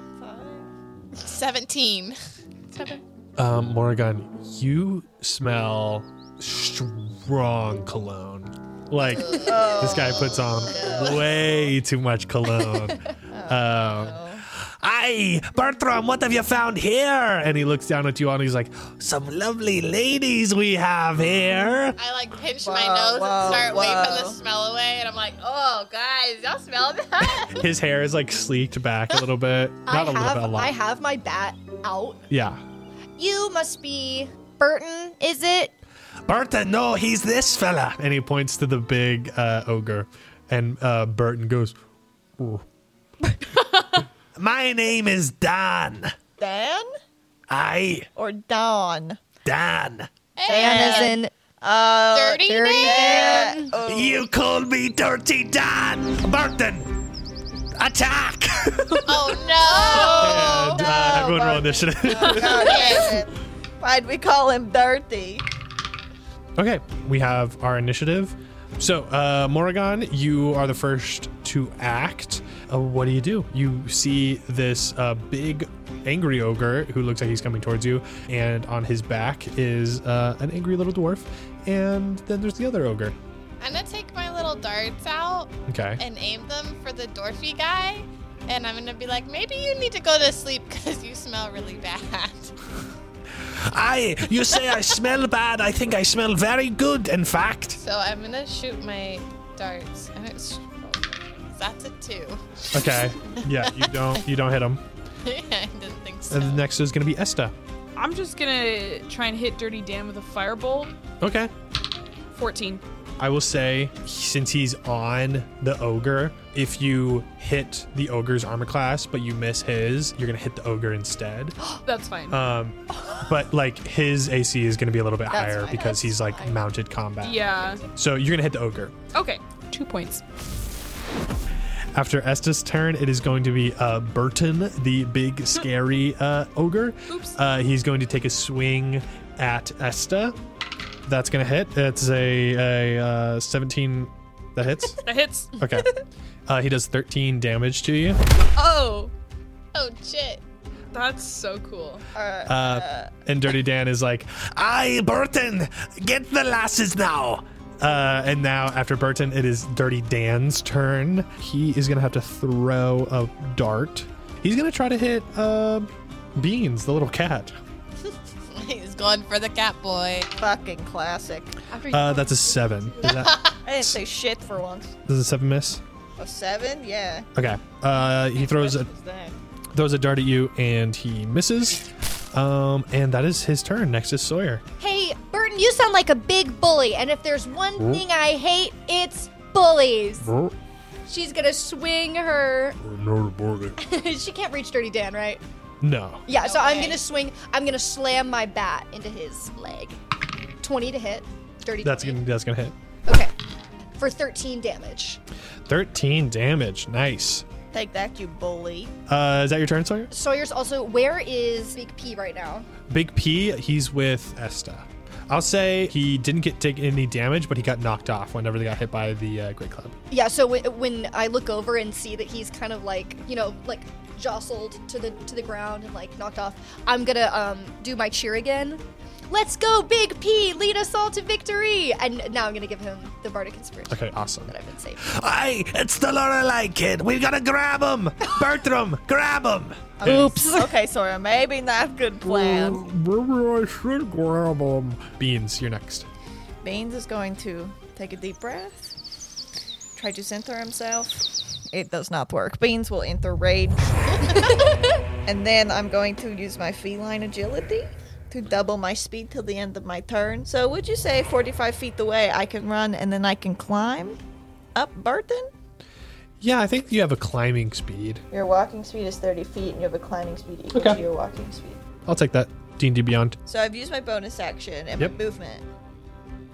Seventeen.
Um, Morrigan, you smell strong cologne.
(laughs)
Like this guy puts on way too much cologne.
(laughs)
um, Aye, Bertram, what have you found here? And he looks down at you all and he's like, Some lovely ladies we have here.
I like pinch my
Whoa,
nose
whoa,
and start waving
whoa.
the smell away, and I'm like, "Oh, guys, y'all smell that?"
His hair is like sleeked back a little bit. Not a
I
little
have
bit, a lot.
I have my bat out.
yeah.
You must be Burton, is it?
Burton, no, he's this fella. And he points to the big uh, ogre. And uh, Burton goes, Ooh. (laughs) My name is Don.
Dan
I,
or Don?
Don.
Dan is in
Uh,
Dirty
dirty
man.
Dan.
You called me Dirty Don. Burton, attack.
Oh no! Oh,
and uh, everyone roll
initiative.
Okay. Why'd we call him Dirty?
Okay, we have our initiative. So, uh, Morrigan, you are the first to act. Uh, what do you do? You see this uh, big, angry ogre who looks like he's coming towards you, and on his back is uh, an angry little dwarf, and then there's the other ogre.
I'm gonna take my little darts out
Okay.
and aim them for the dwarfy guy, and I'm gonna be like, maybe you need to go to sleep because you smell really bad. (laughs)
I, you say I smell bad. I think I smell very good, in fact.
So I'm gonna shoot my darts, and it's oh, that's a two. (laughs)
Okay. Yeah, you don't, you don't
(laughs)
hit him.
I didn't think so.
And the next is going to be Esta.
I'm just gonna try and hit Dirty Dan with a firebolt.
Okay.
14.
I will say, since he's on the ogre, if you hit the ogre's armor class but you miss his, you're gonna hit the ogre instead.
(gasps)
That's fine.
Um, but like his AC is gonna be a little bit higher
fine.
because he's like mounted combat.
yeah.
So you're gonna hit the ogre.
Okay. Two points.
After Estes' turn, it is going to be uh, Burton, the
(laughs)
big scary uh, ogre.
Oops.
Uh, he's going to take a swing at Esta. That's gonna hit. It's a, a uh, 17.
(laughs)
That hits.
That hits.
Okay. Uh, he does 13 damage to you.
Oh,
oh shit! (laughs)
that's so cool.
Uh, and Dirty Dan is like, I, Burton, get the lasses now. Uh, and now, after Burton, it is Dirty Dan's turn. He is going to have to throw a dart. He's going to try to hit uh, Beans, the little cat.
He's going for the cat boy.
Fucking classic.
Uh, that's a seven. Is that,
I didn't say shit for once.
does a seven miss?
A seven? Yeah.
Okay. Uh, he throws a,
What is that?
throws a dart at you and he misses. Um, and that is his turn. Next is Sawyer.
Hey, Burton, you sound like a big bully, and if there's one
Hmm?
thing I hate, it's bullies. She's gonna swing her. (laughs) she can't reach Dirty Dan, right?
No.
Yeah, so I'm
way.
gonna swing. I'm gonna slam my bat into his leg. 20 to hit. Dirty
That's
20.
gonna, that's gonna hit.
Okay. For 13 damage.
13 damage. Nice.
Take that, you (laughs) bully.
Uh, is that your turn, Sawyer?
Sawyer's also. Where is Big P right now?
Big P, he's with Esta. I'll say he didn't get take any damage, but he got knocked off whenever they got hit by the uh, Great Club.
Yeah, so w- when I look over and see that he's kind of like, you know, like jostled to the to the ground and like knocked off, I'm gonna um, do my cheer again. Let's go, Big P! Lead us all to victory! And now I'm gonna give him the bardic inspiration
Okay, awesome.
that I've been saving.
Hey, it's the Lorelei kid. We've got to grab him. Bertram, grab him.
Oops.
Okay, Sora, maybe not good plan.
Maybe I should grab him. Beans, you're next.
Baines is going to take a deep breath, try to center himself. It does not work. Beans will enter rage. (laughs) and then I'm going to use my feline agility to double my speed till the end of my turn. So, would you say 45 feet away I can run and then I can climb up Burton?
Yeah, I think you have a climbing speed.
Your walking speed is 30 feet and you have a climbing speed equal
Okay.
to your walking speed.
I'll take that. D&D Beyond.
So, I've used my bonus action and
Yep.
my movement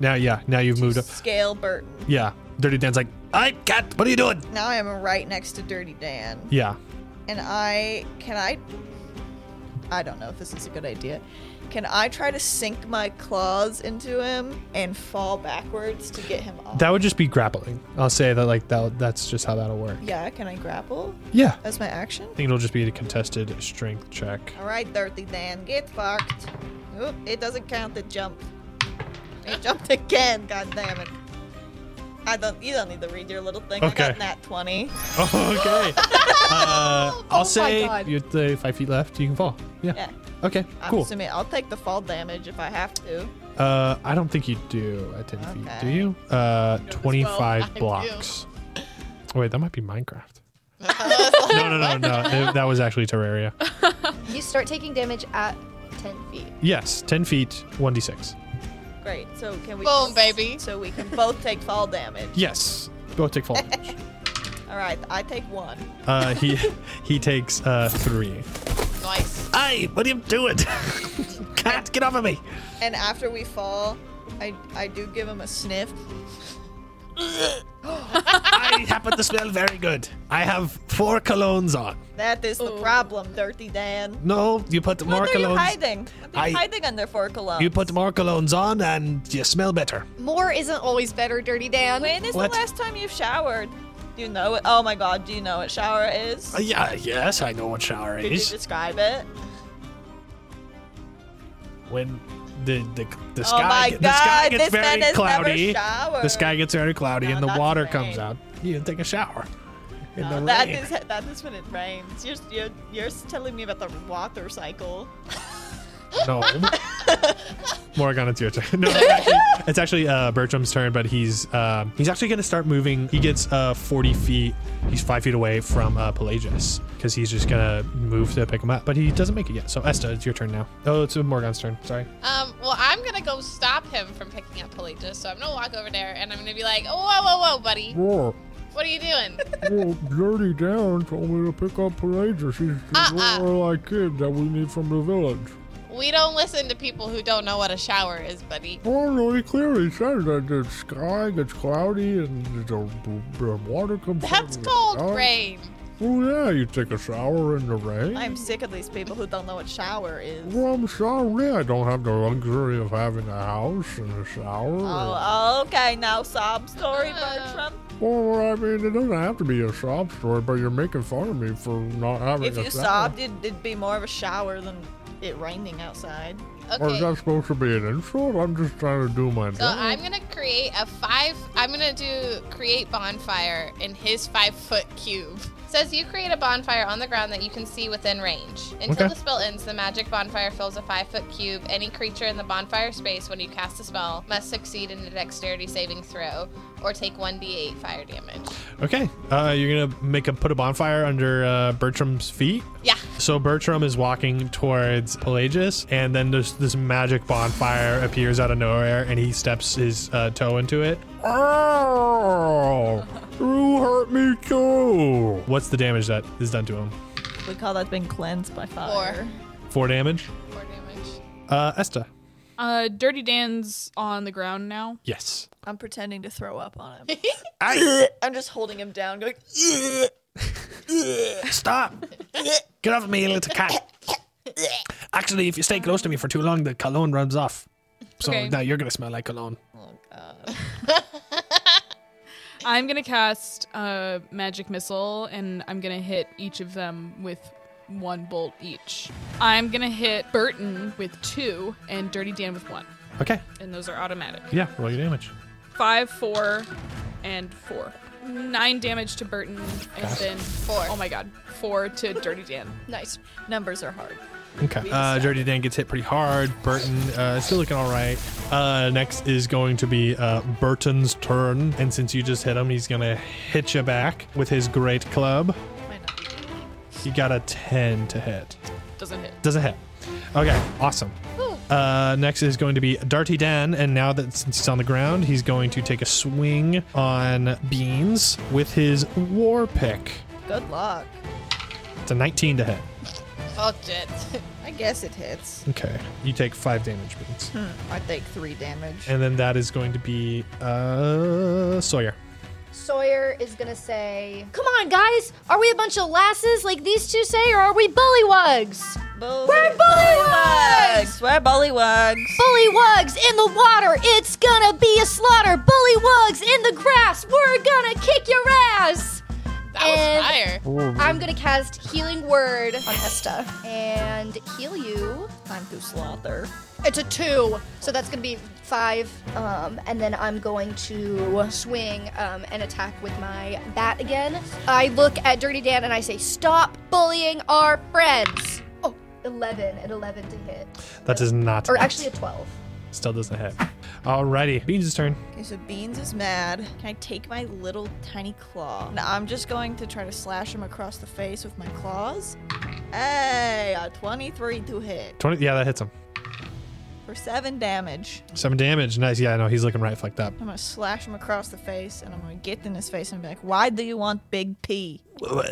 Now, yeah, now you've moved
to
up.
scale Burton.
Yeah. Dirty Dan's like, I cat, what are you doing?
Now I am right next to Dirty Dan.
Yeah.
and I can I I don't know if this is a good idea. Can I try to sink my claws into him and fall backwards to get him off?
That would just be grappling. I'll say that like that that's just how that'll work.
yeah, can I grapple?
Yeah. I
That's my action.
think it'll just be a contested strength check.
All right, Dirty Dan, get fucked. Oop, it doesn't count the jump.
(laughs)
It jumped again. God damn it. I don't. You don't need to read your little thing. I
Okay.
got nat twenty.
Oh, okay. uh, I'll say
God.
you're the five feet left. You can fall. Yeah.
Yeah.
Okay.
I'm
Cool.
assuming I'll take the fall damage if I have to.
Uh, I don't think you do at ten feet. Do
Okay.
you? Uh,
I
twenty-five
do.
blocks. Oh, wait, that might be Minecraft. (laughs) no, no, no, no. It- that was actually Terraria.
You start taking damage at 10 feet.
Yes, ten feet, one d six.
Great. So can we?
Boom, baby.
So we can both take fall damage.
(laughs) Yes, both take fall (laughs) damage.
All right, I take one.
Uh, he he takes uh three.
Nice.
Hey, what are you doing?
(laughs)
Cat, get off of me!
And after we fall, I I do give him a sniff.
they happen to smell very good. I have four colognes on.
That is the problem, Dirty Dan.
No, you put more
What are you
colognes.
hiding? What are you
I-
hiding under four colognes?
You put more colognes on and you smell better.
More isn't always better, Dirty Dan.
When is
What?
the last time you've showered? Do you know it? Oh my god, do you know what shower is?
Uh, yeah, yes, I know what shower
Did you
is.
describe it?
When the the, the
Oh my
sky the sky
God,
gets
this man has
very
never
cloudy.
showered.
The sky gets (laughs) very cloudy
No,
and the
that's
water
rain.
comes out. You didn't take a shower. In the
No, that
rain.
is that is when it rains. You're, you're you're telling me about the water cycle.
No. Morgan, it's your turn. (laughs) No, it's actually, it's actually uh, Bertram's turn, but he's um, he's actually going to start moving. He gets uh, 40 feet. He's five feet away from uh, Pelagius because he's just going to move to pick him up, but he doesn't make it yet. So Esta, it's your turn now. Oh, it's Morgan's turn. Sorry.
Um, well, I'm gonna go stop him from picking up Pelagia, so I'm gonna walk over there and I'm gonna be like, whoa, whoa, whoa, buddy,
Well,
what are you doing?
well, Dirty Dan told me to pick up Pelagia. She's the
Uh,
Uh-uh.
royal kid that we need from the village.
we don't listen to people who don't know what a shower is, buddy.
Well, Oh, no, he clearly said that the sky gets cloudy and the, the water comes out
That's
of the
called
sky.
rain.
Well, yeah, you take a shower in the rain.
I'm sick of these people who don't know what shower is.
well, I'm sorry I don't have the luxury of having a house and a shower.
Oh, okay, now sob story,
Uh.
Bertram.
Well, I mean, it doesn't have to be a sob story, but you're making fun of me for not having
If
a
you
shower.
sobbed, it'd, it'd be more of a shower than it raining outside.
Or is
Okay.
that supposed to be an insult? I'm just trying to do my
So
job.
I'm gonna create a five. I'm gonna do create bonfire in his five foot cube. Says you create a bonfire on the ground that you can see within range. Until
Okay.
the spell ends, the magic bonfire fills a five foot cube. Any creature in the bonfire space when you cast a spell must succeed in a dexterity saving throw or take 1d8 fire damage.
Okay. Uh, you're going to make a put a bonfire under uh, Bertram's feet.
Yeah.
So Bertram is walking towards Pelagius, and then this this magic bonfire appears out of nowhere, and he steps his uh, toe into it.
Oh, you hurt me too.
What's the damage that is done to him?
We call that being cleansed by fire.
Four damage.
Four damage.
Uh, Esta.
Uh, Dirty Dan's on the ground now.
Yes.
I'm pretending to throw up on him. (laughs)
I
I'm just holding him down, going, (laughs)
stop. Get off of me, little cat. Actually, if you stay close to me for too long, the cologne runs off. So
Okay.
now you're gonna smell like cologne.
I'm gonna cast uh, magic missile, and I'm gonna hit each of them with one bolt each. I'm gonna hit Burton with two, and Dirty Dan with one,
Okay.
and those are automatic.
Yeah. Roll your damage.
Five, four, and four. Nine damage to Burton, and then four. Oh my god, four to Dirty Dan.
nice. Numbers are hard.
Okay. Uh, Dirty Dan gets hit pretty hard. Burton uh, is still looking all right. Uh, next is going to be uh, Burton's turn, and since you just hit him, he's gonna hit you back with his great club.
Might not be good.
He got a ten to hit.
Doesn't hit.
Doesn't hit. Okay, awesome. Uh, next is going to be Darty Dan, and now that since he's on the ground, he's going to take a swing on Beans with his war pick.
Good luck.
It's a 19 to hit.
Oh, shit. (laughs)
I guess it hits.
Okay, you take five damage, Beans,
Hmm.
I take three damage.
and then that is going to be uh, Sawyer.
Sawyer is gonna say, "Come on, guys! Are we a bunch of lasses like these two say, or are we bullywugs?
We're bullywugs! We're bullywugs!
Bullywugs in the water! It's gonna be a slaughter! Bullywugs in the grass! We're gonna kick your ass!"
That was
And-
fire.
I'm gonna cast Healing Word
On Esta.
and heal you.
Time to slaughter.
It's a two, so that's gonna be five. Um, and then I'm going to swing um, and attack with my bat again. I look at Dirty Dan and I say, "Stop bullying our friends." Oh, 11 and 11 to hit,
That does not.
or
hit.
actually a 12.
still doesn't hit. Alrighty, Beans' turn.
Okay, so Beans is mad. Can I take my little tiny claw? And I'm just going to try to slash him across the face with my claws. Hey, a 23 to hit
20. Yeah, that hits him.
for seven damage.
Some damage. Nice. Yeah, I know he's looking right flicked up.
I'm gonna slash him across the face, and I'm gonna get in his face and be like, "Why do you want Big P?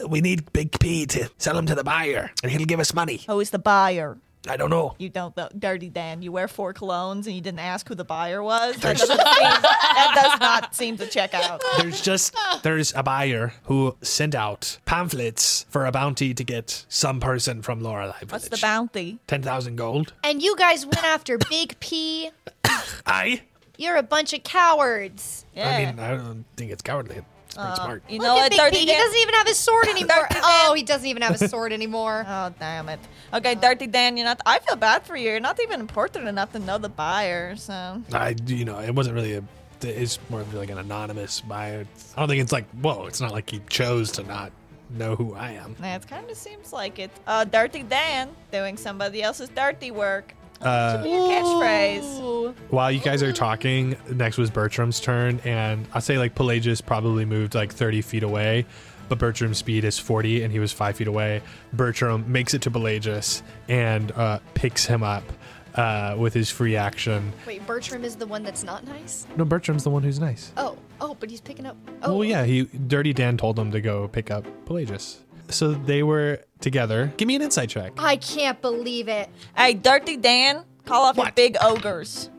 we need Big P to sell him to the buyer, and he'll give us money.
Who is Oh, the buyer?"
I don't know.
You don't know, Dirty Dan. You wear four colognes and you didn't ask who the buyer was. That, doesn't seem, that does not seem to check out.
There's just there's a buyer who sent out pamphlets for a bounty to get some person from Lorelei Village.
What's the bounty?
Ten thousand gold.
And you guys went after Big P.
I.
You're a bunch of cowards.
Yeah.
I mean, I don't think it's cowardly. It's pretty smart.
Eh. Uh, you
Look
know
at
what,
Big
Dirty
P. He
Dan?
doesn't even have his
(laughs)
sword anymore.
Dan.
oh, he doesn't even have his sword anymore.
Oh damn it! Okay, Dirty Dan, you're not. I feel bad for you. You're not even important enough to know the buyer. So
I, you know, it wasn't really a. It's more of like an anonymous buyer. I don't think it's like whoa. It's not like he chose to not know who I am.
yeah, it kind of seems like it. Uh, Dirty Dan doing somebody else's dirty work.
Uh,
Your catchphrase.
While you guys are talking, next was Bertram's turn, and I say like Pelagius probably moved like 30 feet away, but Bertram's speed is 40, and he was five feet away. Bertram makes it to Pelagius and uh, picks him up uh, with his free action.
Wait, Bertram is the one that's not nice?
No, Bertram's the one who's nice.
Oh, oh, but he's picking up. Oh,
Well, yeah, he Dirty Dan told him to go pick up Pelagius, so they were together. Give me an insight check.
I can't believe it.
Hey, Dirty Dan, call off your
What?
big ogres.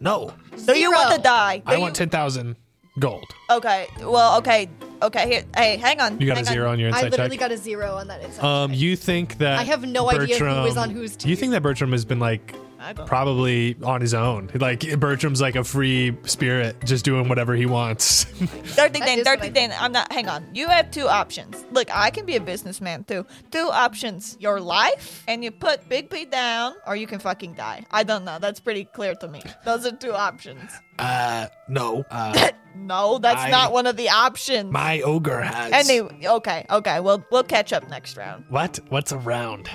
No,
Do you want to
Zero.
die? Do
I
you-
want 10,000 gold.
Okay. Well, okay. Okay. Here, hey, hang on.
You got
hang
a zero on, your
I
insight
literally
check.
got a zero on that insight.
Um, you think that
I have no idea who is on whose
You
team.
think that Bertram has been like
I don't-
probably on his own. Like Bertram's like a free spirit, just doing whatever he wants.
Dirty
That
Dan,
is what I
Dirty Dan. I'm not. Hang on. You have two options. Look, I can be a businessman too. Two options: your life, and you put Big P down, or you can fucking die. I don't know. That's pretty clear to me. Those are two options.
(laughs)
(coughs)
uh, no. Uh,
No, that's
I-
not one of the options.
my ogre has.
Anyway, okay, okay. We'll we'll catch up next round.
What?
(laughs)
What's around?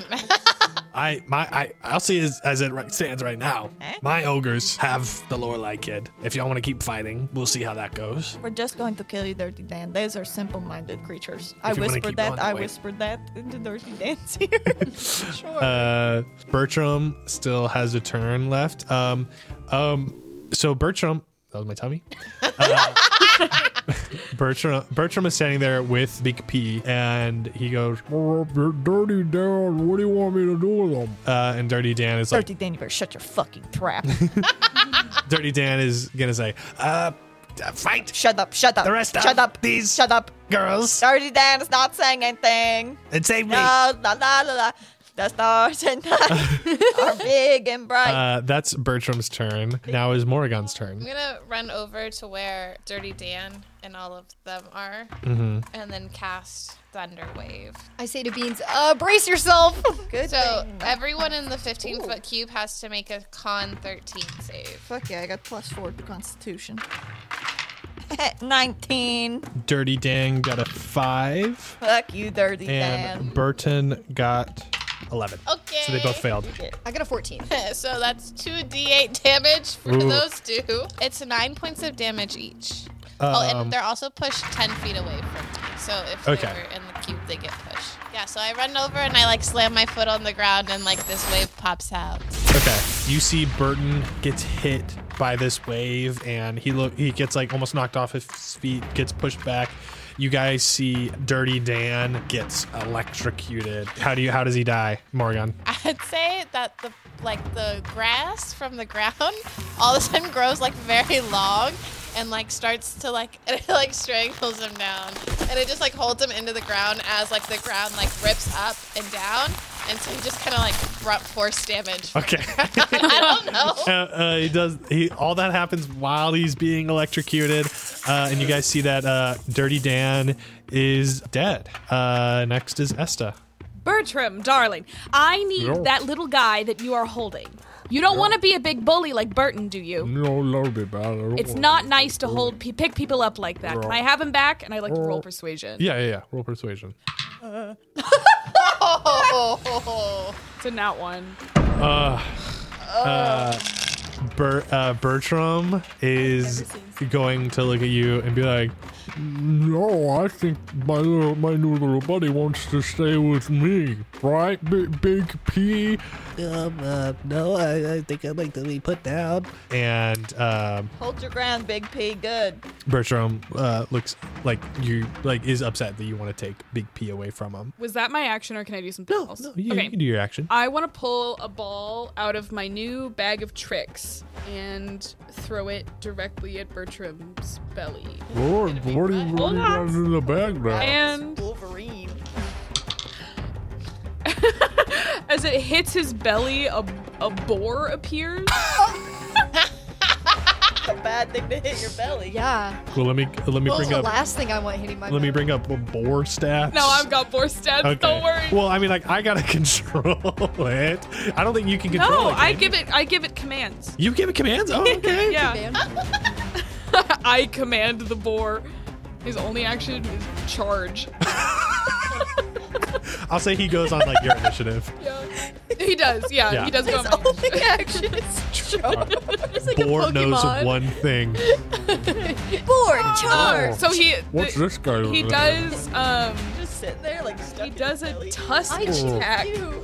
I my I I'll see as as it right, stands right now.
Eh?
My ogres have the Lorelei kid. If y'all want to keep fighting, we'll see how that goes.
We're just going to kill you, Dirty Dan. Those are simple-minded creatures. I
you wanna
whispered
keep
that.
going,
I
wait.
whispered that into Dirty Dan's (laughs) ear.
(laughs)
sure.
Uh, Bertram still has a turn left. Um, um, so Bertram, that was my tummy. Uh, (laughs) Bertram, Bertram is standing there with Big P, and he goes,
Well, you're dirty down. What do you want me to do with them?
uh, and Dirty Dan is like,
Dirty Dan, you better shut your fucking
(laughs)
trap.
Dirty Dan is gonna say, uh, fight
shut up. Shut up.
the rest of
shut up.
these
Shut up. Uh,
girls
Dirty Dan is not saying anything.
and save me.
La la la la la. The stars and
(laughs)
night are big and bright.
Uh, that's Bertram's turn. Now is Morrigan's
I'm
turn.
gonna run over to where Dirty Dan and all of them are, and then cast Thunder Wave.
I say to Beans, uh, brace
(laughs)
yourself.
Good.
So everyone in the 15 foot cube has to make a Con 13 save. (laughs)
Fuck yeah, I got plus four to Constitution. (laughs) Nineteen.
Dirty Dan got a five,
Fuck you, Dirty
and
Dan.
Burton got eleven.
Okay.
So they both failed.
I got a 14.
So that's 2d8 damage for
Ooh.
those two. It's nine points of damage each. oh,
Um,
and they're also pushed 10 feet away from me. So if
Okay.
they're in the cube, they get pushed. Yeah, so I run over and I like slam my foot on the ground and like this wave pops out.
Okay. You see Burton gets hit by this wave and he look he gets like almost knocked off his feet, gets pushed back. You guys see Dirty Dan gets electrocuted. How do you how does he die, Morgan?
I'd say that the like the grass from the ground (laughs) all of a sudden grows like very long and like starts to like (laughs) and it like strangles him down and it just like holds him into the ground as like the ground like rips up and down and so he just kind of like brought force damage. (laughs)
Okay. (laughs)
I don't know.
uh, uh, he does he all that happens while he's being electrocuted. Uh, and you guys see that uh, Dirty Dan is dead. Uh, next is Esta.
Bertram, darling, I need
No.
that little guy that you are holding. You don't want to be a big bully like Burton, do you?
No, that'll be bad. I don't
It's
want-
not nice to hold pe- pick people up like that. Can I have him back? And I like to roll
No.
persuasion.
Yeah, yeah, yeah. Roll persuasion.
Oh.
So not one.
Ber- uh, Bertram is going to look at you and be like,
No, I think my little, my new little buddy wants to stay with me, right? Big, big P.
Um, uh, no, I, I think I'd like to be put down.
And um,
Hold your ground, Big P. Good.
Bertram uh, looks like you like is upset that you want to take Big P away from him.
Was that my action, or can I do something else?
No, you,
okay.
you can do your action.
I want to pull a ball out of my new bag of tricks and throw it directly at Bertram's belly.
Lord, what do you, what do you got in the bag now?
And
Wolverine.
as it hits his belly, a, a boar appears. (laughs)
A bad thing to hit your belly.
Yeah.
Well, let me let me
That's
bring
the
up
last thing I want hitting my
let me bring up a boar stats.
no, I've got boar stats.
Okay.
Don't worry.
Well, I mean, like I gotta (laughs) control it. I don't think you can control.
no,
it,
I
can you?
give it. I give it commands.
You give it
(laughs)
commands. Oh, okay.
Yeah,
man.
(laughs) I command the boar. His only action is charge.
I'll say he goes on like your
(laughs)
initiative.
Yeah. He does. Yeah,
Yeah.
he does. Go on.
(laughs) only action is charge.
boar knows one thing.
Board
Uh,
charge.
Oh, So he.
What's
the-
this guy?
He
over there?
does. Um.
Just sitting there like stuck.
He
in
does
your
a
belly.
tusk
I choose
attack.
you.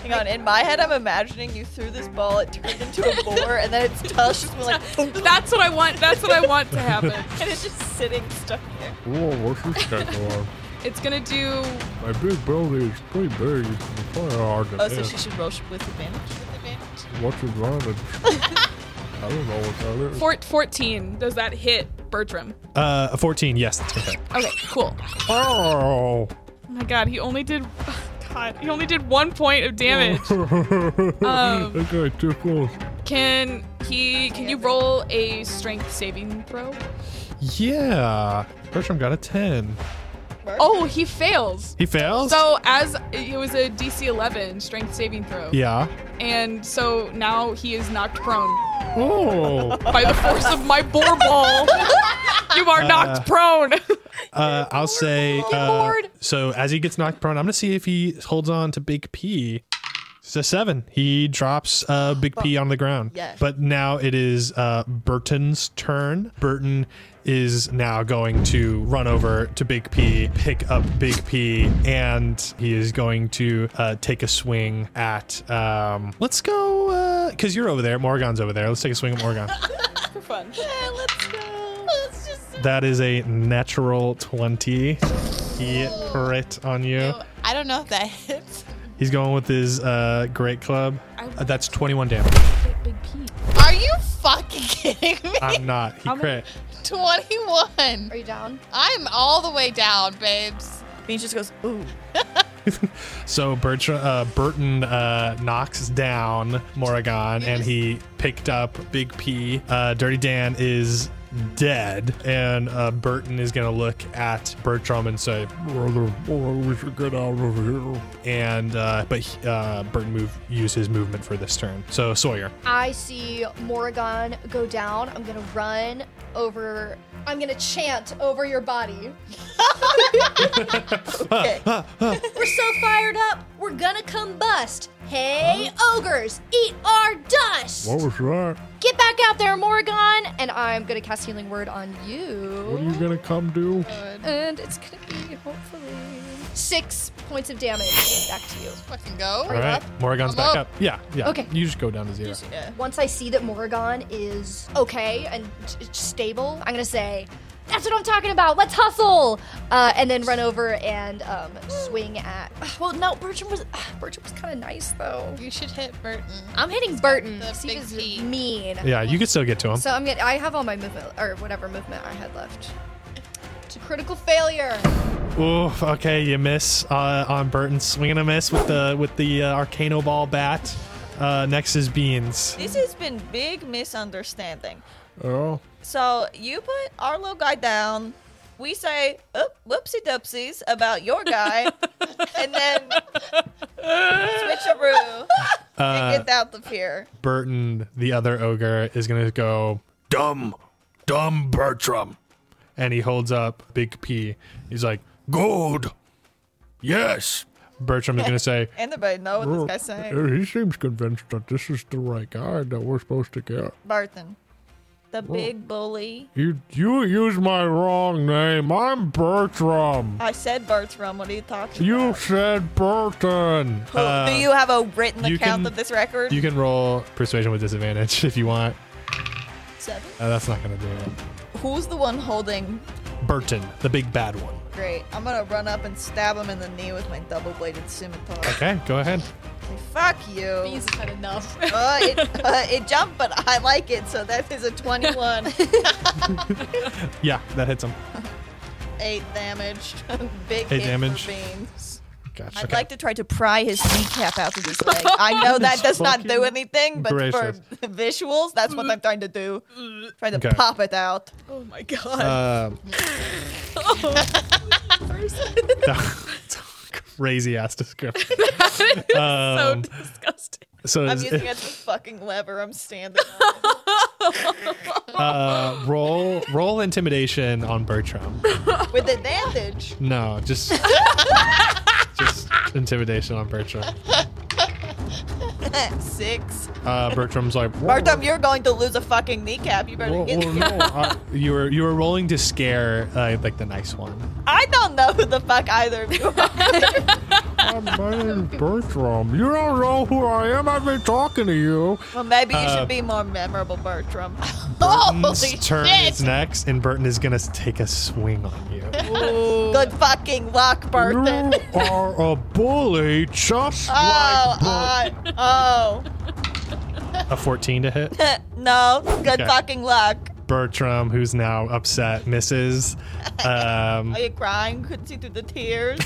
Hang on. In my head, I'm imagining you threw this ball. It turned into (laughs) a boar, and then its tusk just went (laughs) like, thunk,
That's what I want. That's what I want to happen.
and it's just sitting stuck there.
Whoa, what's this guy going?
It's gonna do.
My big belly is pretty big. It's quite hard to
Oh, so
hit.
she should roll sh- with advantage.
What's his advantage? I don't know what that is.
Fort 14. Does that hit Bertram?
Uh, a fourteen. Yes, that's perfect.
Okay, cool.
Oh!
Oh my god, he only did. oh God, he only did one point of damage.
(laughs) that guy too close.
Can he? Can you roll a strength saving throw?
Yeah. Bertram got a ten.
Oh, he fails.
He fails.
So as it was a DC 11 strength saving throw,
yeah.
and so now he is knocked prone
Oh.
by the force of my boar ball. you are knocked prone. (laughs)
Uh, I'll say. Uh, so as he gets knocked prone, I'm gonna see if he holds on to Big P. It's a seven. He drops uh, Big P on the ground.
Yes.
But now it is uh, Burton's turn. Burton is now going to run over to Big P, pick up Big P, and he is going to uh, take a swing at. Um, let's go, because you're over there. Morgan's over there. Let's take a swing at Morgan.
For fun.
(laughs) Yeah, let's
(laughs)
go. Let's just.
That is a natural 20. He crit on you.
So, I don't know if that hits.
He's going with his uh, great club. Uh, that's 21 damage.
Are you fucking (laughs) kidding me?
I'm not. He crit.
21.
Are you down?
I'm all the way down, babes.
Bean just goes, ooh.
So Bertra, uh, Burton uh, knocks down Morrigan and he picked up Big P. Uh, Dirty Dan is dead. And uh, Burton is going to look at Bertram and say,
Brother, boy, we should get out of here.
and uh, but he- uh, Burton move use his movement for this turn. So Sawyer.
I see Morrigan go down. I'm gonna run over. I'm gonna chant over your
(laughs)
body. We're so fired up. We're gonna combust. Hey, ogres, eat our dust.
What was that?
Get back out there, Morrigan. And I'm gonna cast Healing Word on
What are you
you.
gonna come do?
And it's gonna be hopefully six points of damage back to you.
Fucking go.
All right. Morrigan's
I'm
back
up.
up. Yeah. Yeah.
Okay.
You just go down to zero.
Once I see that Morrigan is okay and t- stable, I'm gonna say, "That's what I'm talking about. Let's hustle!" Uh, and then run over and um, swing at. (sighs) Well, no, Bertram was (sighs) Bertram was kind of nice though.
You should hit Burton.
I'm hitting Burton.
The
'cause He
big
was
P.
mean.
Yeah. You can still get to him.
So I'm gonna. I have all my movement or whatever movement I had left. It's a critical failure.
Oof, okay, you miss uh, on Burton, swinging a miss with the with the uh, Arcano Ball bat. Uh, next is Beans.
This has been big misunderstanding.
Oh,
So you put our little guy down. We say Oop, whoopsie doopsies about your (laughs) guy, and then switcheroo and get out the pier.
Burton, the other ogre, is gonna go
dumb, dumb Bertram.
and he holds up Big P. He's like,
Good. Yes.
Bertram is gonna say,
Anybody know what this guy's saying?
He seems convinced that this is the right guy that we're supposed to get.
Barton. The big bully.
You you use my wrong name. I'm Bertram.
I said Bertram. What are you talking
You
about?
said Burton.
Who- Do you have a written
uh, you
account
can-
of this record?
You can roll persuasion with disadvantage if you want.
Seven.
Uh, that's not going to do it.
Who's the one holding?
Burton, the big bad one.
Great. I'm gonna run up and stab him in the knee with my double-bladed scimitar.
Okay, go ahead.
Say, Fuck you.
He's had enough.
(laughs) Uh, it, uh, it jumped, but I like it, so that is a
(laughs)
21.
Yeah, that hits him.
Eight damage. Big
Eight
hit
damage.
for beans.
Gotcha.
I'd
okay.
like to try to pry his kneecap out of his leg. I
(laughs)
know that
That's
does not do
fucking
anything, but
gracious.
for visuals, that's
Mm.
what I'm trying to do. Try to
Okay.
pop it out.
oh my god.
Um, that- it's a (laughs) crazy ass description. Um,
(laughs) so disgusting.
so
I'm
is-
using it as a fucking lever. I'm standing. on it.
uh, roll roll intimidation on Bertram.
with advantage.
No,
(laughs)
just just intimidation on Bertram.
(laughs) Six.
Uh, Bertram's like, "Whoa,
Bartom, you're going to lose a fucking kneecap. You better
whoa,
get.
whoa, no, I- you were you were rolling to scare uh, like the nice one.
I don't know who the fuck either of you (laughs) are.
Uh,
(laughs)
my name's Bertram. You don't know who I am. I've been talking to you.
well, maybe you
Uh,
should be more memorable, Bertram. (laughs)
Burton's turn is next, and Burton is gonna take a swing on you.
Good fucking luck, Burton.
You are a bully, just
Oh,
like Burton.
I, oh.
A 14 to hit.
(laughs) no, good
Okay.
fucking luck.
Bertram, who's now upset, misses. Um,
Are you crying? Couldn't see through the
(laughs)
tears.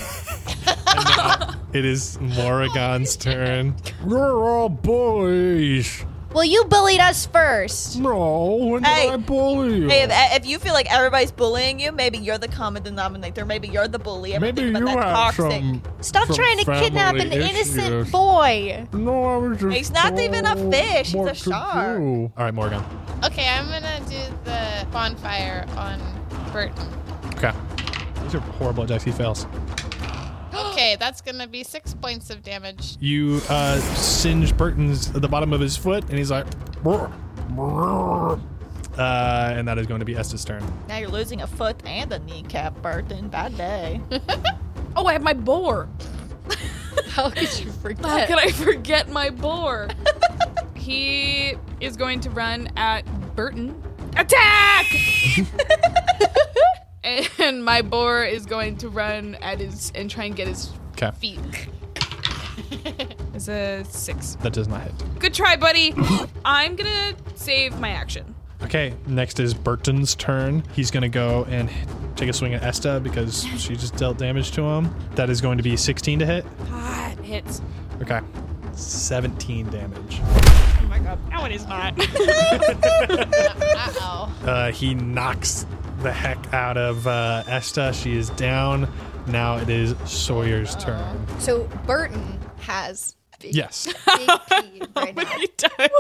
it is Morrigan's turn.
You're all bullies.
Well, you bullied us first.
No, when
Hey.
did I bully you?
hey, if, if you feel like everybody's bullying you, maybe you're the common denominator. Maybe you're the bully.
Maybe
Everything
you
about
have
that toxic.
some.
Stop
some
trying to kidnap an
family
innocent
issues.
boy.
No, I was just.
He's not even a
told
fish, he's a
what to
shark.
do.
All right, Morgan.
Okay, I'm gonna do the bonfire on
(gasps)
Burton.
Okay. These are horrible attacks. He fails.
Okay, that's gonna be six points
(laughs)
of damage.
You uh, singe Burton's the bottom of his foot, and he's like, "Brr, brr." uh, and that is going to be Esta's turn.
Now you're losing a foot and a kneecap, Burton. Bad day.
Oh, I have my boar.
How could you forget?
How could I forget my boar? he is going to run at Burton. Attack! and my boar is going to run at his and try and get his
Okay.
feet. Is a six.
That does not hit.
Good try, buddy. I'm gonna save my action.
Okay. Next is Burton's turn. He's going to go and take a swing at Esta because she just dealt damage to him. That is going to be 16 to hit.
Ah, it hits. (laughs)
Okay. 17 damage.
Oh my god, that one is hot.
Uh oh.
Uh, he knocks the heck out of uh, Esta. She is down. Now it is Sawyer's turn.
So Burton has a
(laughs)
big,
Yes.
big pee right now.
He dies.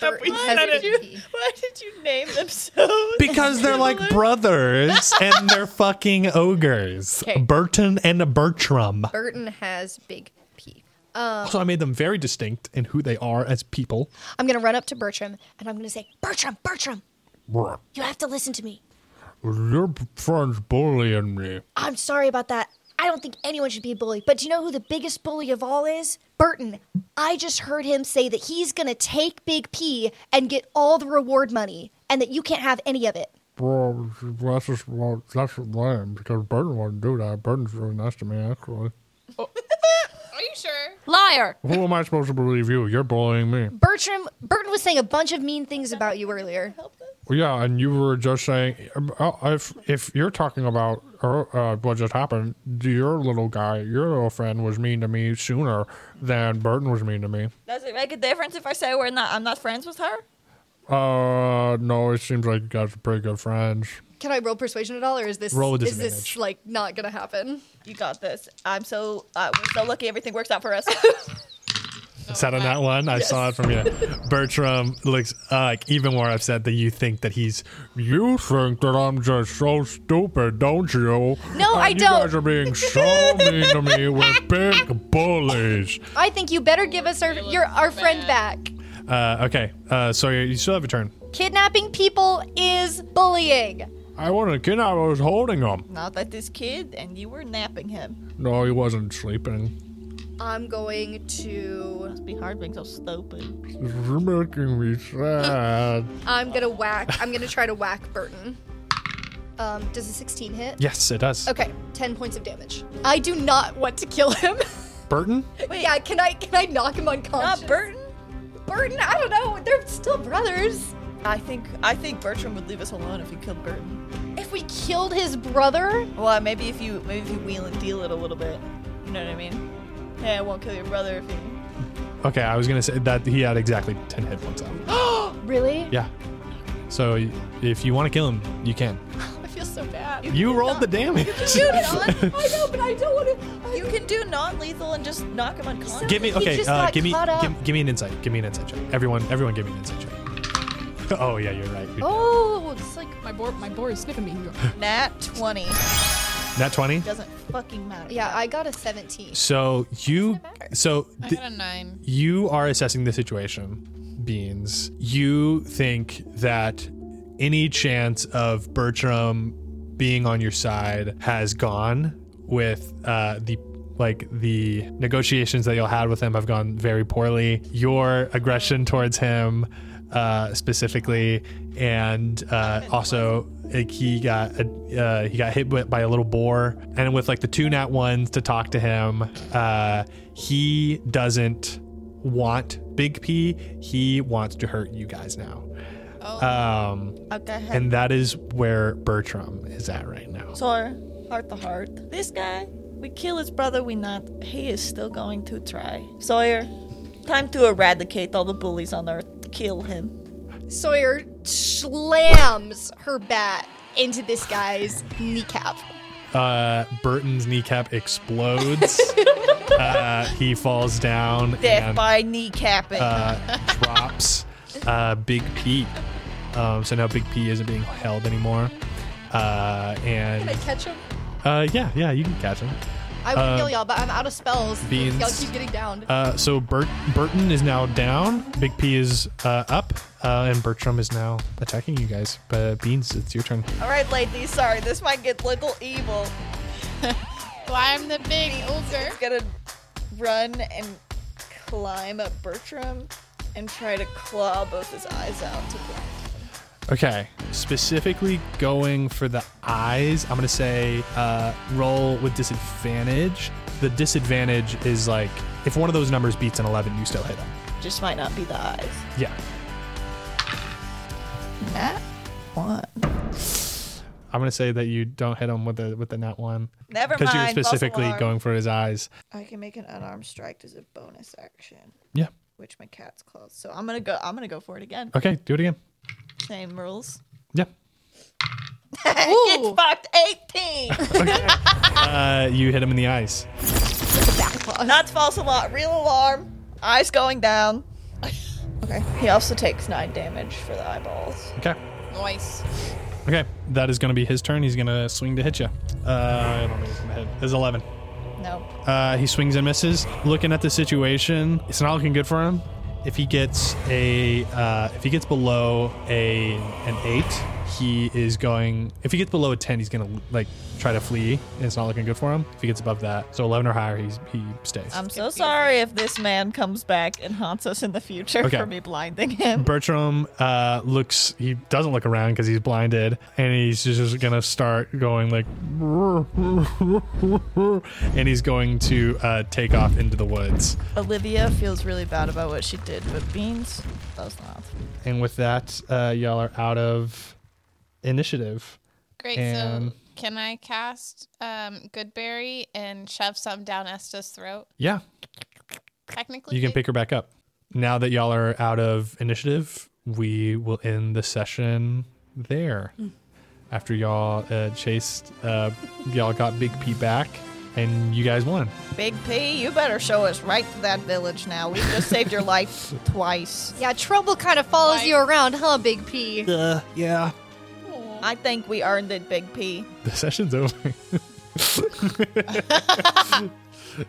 Burton has a big pee.
Why did you name them so?
Because they're like brothers and they're fucking ogres.
Okay.
Burton and Bertram.
(laughs) Burton has big pee.
Also, I made them very distinct in who they are as people.
I'm gonna run up to Bertram and I'm gonna say,
Bertram, Bertram,
Brr.
you have to listen to me.
Your friend's bullying me.
I'm sorry about that. I don't think anyone should be a bully. But do you know who the biggest bully of all is? Burton. I just heard him say that he's going to take Big P and get all the reward money and that you can't have any of it.
Well, that's just well, that's lame because Burton wouldn't do that. Burton's really nice to me, actually.
Are you sure?
Liar.
Who am I supposed to believe you? You're bullying me.
Bertram, Burton was saying a bunch of mean things about you earlier.
Well, yeah, and you were just saying uh, if if you're talking about uh, what just happened, your little guy, your little friend was mean to me sooner than Burton was mean to me.
Does it make a difference if I say we're not? I'm not friends with her.
Uh, no, it seems like you guys are pretty good friends.
Can I roll persuasion at all, or is this
Roll with
is
disadvantage.
this like not gonna happen?
You got this. I'm so uh, we're so lucky. Everything works out
(laughs)
for us.
Sat on that one. I saw it from you. Bertram looks uh, like even more upset that you think that he's.
You think that I'm just so stupid, don't you?
No,
And
I
you
don't.
guys are being so mean to
(laughs)
me. We're big bullies.
I think you better give us our your our friend back.
Uh, okay, uh, so you you still have your turn.
Kidnapping people is bullying.
I wasn't kidding. I was holding him.
Not that this kid and you were napping him.
No, he wasn't sleeping.
I'm going to.
Must be hard being so stupid.
You're making me
(laughs)
sad.
I'm gonna whack. I'm gonna try to whack Burton. Um, does a 16 hit?
Yes, it does.
Okay, 10 points of damage. I do not want to kill him. (laughs)
Burton?
yeah, can I can I knock him unconscious?
Not Uh, Burton.
Burton, I don't know. They're still brothers.
I think I think Bertram would leave us alone if you killed Burton.
If we killed his brother,
Well, maybe if you maybe if you wheel and deal it a little bit. You know what I mean? Hey, I won't kill your brother if you.
Okay, I was gonna say that he had exactly 10 hit points out.
really?
Yeah. So y- if you want to kill him, you can.
I feel so bad.
You rolled
(laughs)
the damage. (laughs)
I know, but I don't want to.
You can do non-lethal and just knock him unconscious.
give me
He
okay.
just
Uh,
got
give me
caught up.
give, give me an insight. Give me an insight check. Everyone, everyone, give me an insight check. (laughs) oh yeah, you're right. You're-
Oh, it's like
My boy, my boy is sniffing me. He's like,
Nat twenty
Nat 20.
doesn't fucking matter.
yeah. I got a 17.
So you so
I
th-
got a nine.
you are assessing the situation, Beans. You think that any chance of Bertram being on your side has gone with uh, the like the negotiations that you'll had with him have gone very poorly. Your aggression towards him uh, specifically, and uh, also like, he got uh, he got hit by- by a little boar, and with like the two nat ones to talk to him, uh, he doesn't want Big P. He wants to hurt you guys now, um,
Okay. hey.
and that is where Bertram is at right now.
Sore, heart to heart. This guy, we kill his brother, we not. He is still going to try. Sawyer, time to eradicate all the bullies on Earth. Kill him.
Sawyer slams her bat into this guy's kneecap.
Uh, Burton's kneecap explodes. uh, he falls down
Death
and
by kneecapping.
uh, drops uh, Big P. Um, so now Big P isn't being held anymore. Uh, and
I catch him.
uh, yeah, yeah, you can catch him.
I would kill y'all, but I'm out of spells.
Uh, Beans.
Y'all keep getting down.
Uh, so Bert- Burton is now down. Big P is uh, up, uh, and Bertram is now attacking you guys. But uh, Beans, it's your turn.
all right, ladies. Sorry, this might get a little evil.
Climb the big ogre.
He's gonna run and climb up Bertram and try to claw both his eyes out to blind.
Okay. Specifically going for the eyes, I'm going to say uh, roll with disadvantage. The disadvantage is like if one of those numbers beats an 11, you still hit them.
Just might not be the eyes.
Yeah.
Nat one.
I'm going to say that you don't hit him with the with the nat one
Never
because
mind.
you were
false
specifically
alarm.
going for his eyes.
I can make an unarmed strike as a bonus action.
Yeah.
which my cat's claws. So I'm gonna go. I'm gonna go for it again.
Okay. Do it again.
Same rules.
Yeah.
Get fucked. Eighteen.
Uh, you hit him in the eyes.
Not false alarm. Real alarm. Eyes going down. Okay. He also takes nine damage for the eyeballs.
Okay.
Nice.
Okay. That is going to be his turn. He's going to swing to hit you. Uh, I don't think he's going to hit. It's 11.
No.
Uh, he swings and misses. Looking at the situation, it's not looking good for him. If he gets a, uh, if he gets below a an eight, he is going. If he gets below a ten, he's gonna like try to flee, and it's not looking good for him. If he gets above that, so eleven or higher, he's he stays.
I'm so sorry if this man comes back and haunts us in the future
Okay.
for me blinding him.
Bertram uh, looks. He doesn't look around because he's blinded, and he's just, just gonna start going like, (laughs) and he's going to uh, take off into the woods.
Olivia feels really bad about what she did, but Beans does not.
And with that, uh, y'all are out of initiative.
Great.
And-
so can I cast um, Goodberry and shove some down Esta's throat?
Yeah,
Technically,
you can pick her back up. Now that y'all are out of initiative, we will end the session there. After y'all uh, chased, uh, y'all got Big P back, and you guys won.
Big P, you better show us right to that village now. We just saved your life twice.
Yeah, trouble kind of follows
Right.
you around, huh, Big P?
Uh, yeah.
I think
(laughs)
we earned it, Big P.
The session's over.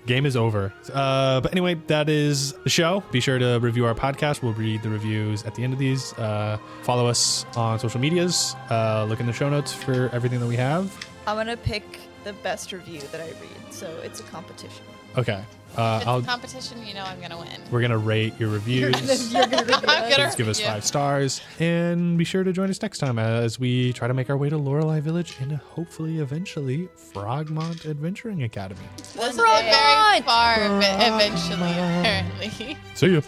Game is over. Uh, but anyway, that is the show. Be sure to review our podcast. We'll read the reviews at the end of these. Uh, follow us on social medias. Uh, look in the show notes for everything that we have.
I'm gonna pick the best review that I read, so it's a competition.
Okay. Uh,
If
I'll,
it's a competition, you know I'm gonna win.
we're going to rate your
(laughs)
reviews.
(laughs) I'm gonna
Please give us
yeah.
five stars. And be sure to join us next time as we try to make our way to Lorelei Village and hopefully eventually Frogmont Adventuring Academy.
This is very far ev- eventually, (laughs) apparently.
See you.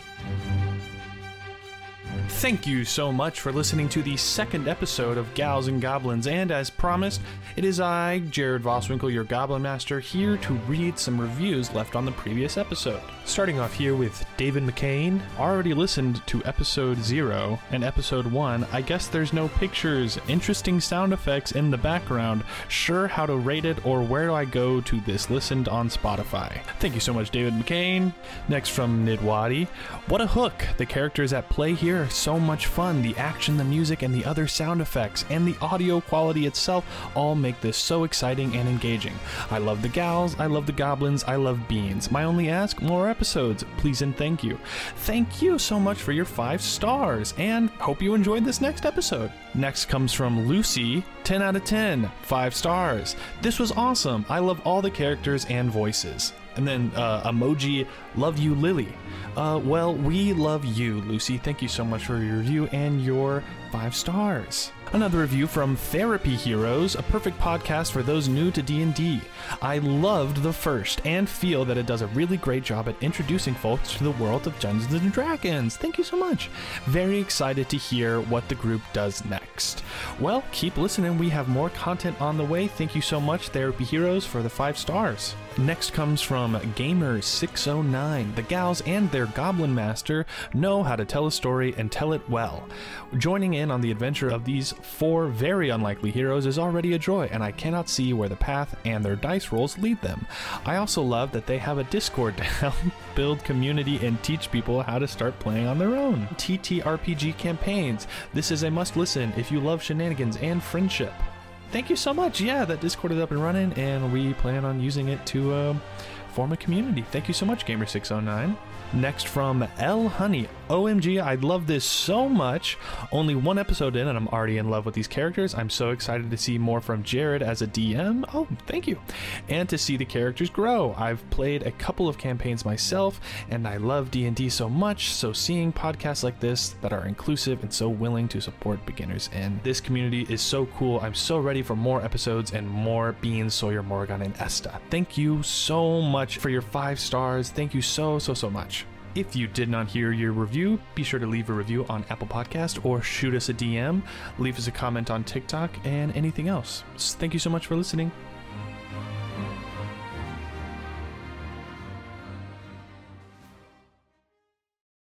Thank you so much for listening to the second episode of Gals and Goblins. And as promised, it is I, Jared Voswinkle, your Goblin Master, here to read some reviews left on the previous episode. Starting off here with David McCain. Already listened to episode 0 and episode 1. I guess there's no pictures, interesting sound effects in the background. Sure how to rate it or where do I go to this listened on Spotify. Thank you so much, David McCain. Next from Nidwadi. What a hook! The characters at play here are so much fun. The action, the music, and the other sound effects, and the audio quality itself all make this so exciting and engaging. I love the gals, I love the goblins, I love beans. My only ask more episodes, please and thank you. Thank you so much for your five stars, and hope you enjoyed this next episode. Next comes from Lucy, 10 out of 10, 5 stars. This was awesome. I love all the characters and voices. And then uh, emoji, love you, Lily. Uh, well, we love you, Lucy. Thank you so much for your review and your five stars. Another review from Therapy Heroes, a perfect podcast for those new to D&D. I loved the first and feel that it does a really great job at introducing folks to the world of Dungeons and Dragons. Thank you so much. Very excited to hear what the group does next. Well, keep listening. We have more content on the way. Thank you so much Therapy Heroes for the 5 stars. Next comes from Gamer609. The gals and their goblin master know how to tell a story and tell it well. Joining in on the adventure of these four very unlikely heroes is already a joy, and I cannot see where the path and their dice rolls lead them. I also love that they have a Discord to (laughs) help build community and teach people how to start playing on their own. TTRPG campaigns. This is a must listen if you love shenanigans and friendship thank you so much. Yeah, that Discord is up and running, and we plan on using it to um, form a community. Thank you so much, Gamer609. Next from L Honey. OMG, I love this so much. Only one episode in, and I'm already in love with these characters. I'm so excited to see more from Jared as a DM. Oh, thank you. And to see the characters grow. I've played a couple of campaigns myself, and I love D&D so much, so seeing podcasts like this that are inclusive and so willing to support beginners and this community is so cool. I'm so ready for more episodes and more Bean, Sawyer, Morgan, and Esta. Thank you so much for your five stars. Thank you so, so, so much. If you did not hear your review, be sure to leave a review on Apple Podcast or shoot us a DM, leave us a comment on TikTok, and anything else. Thank you so much for listening.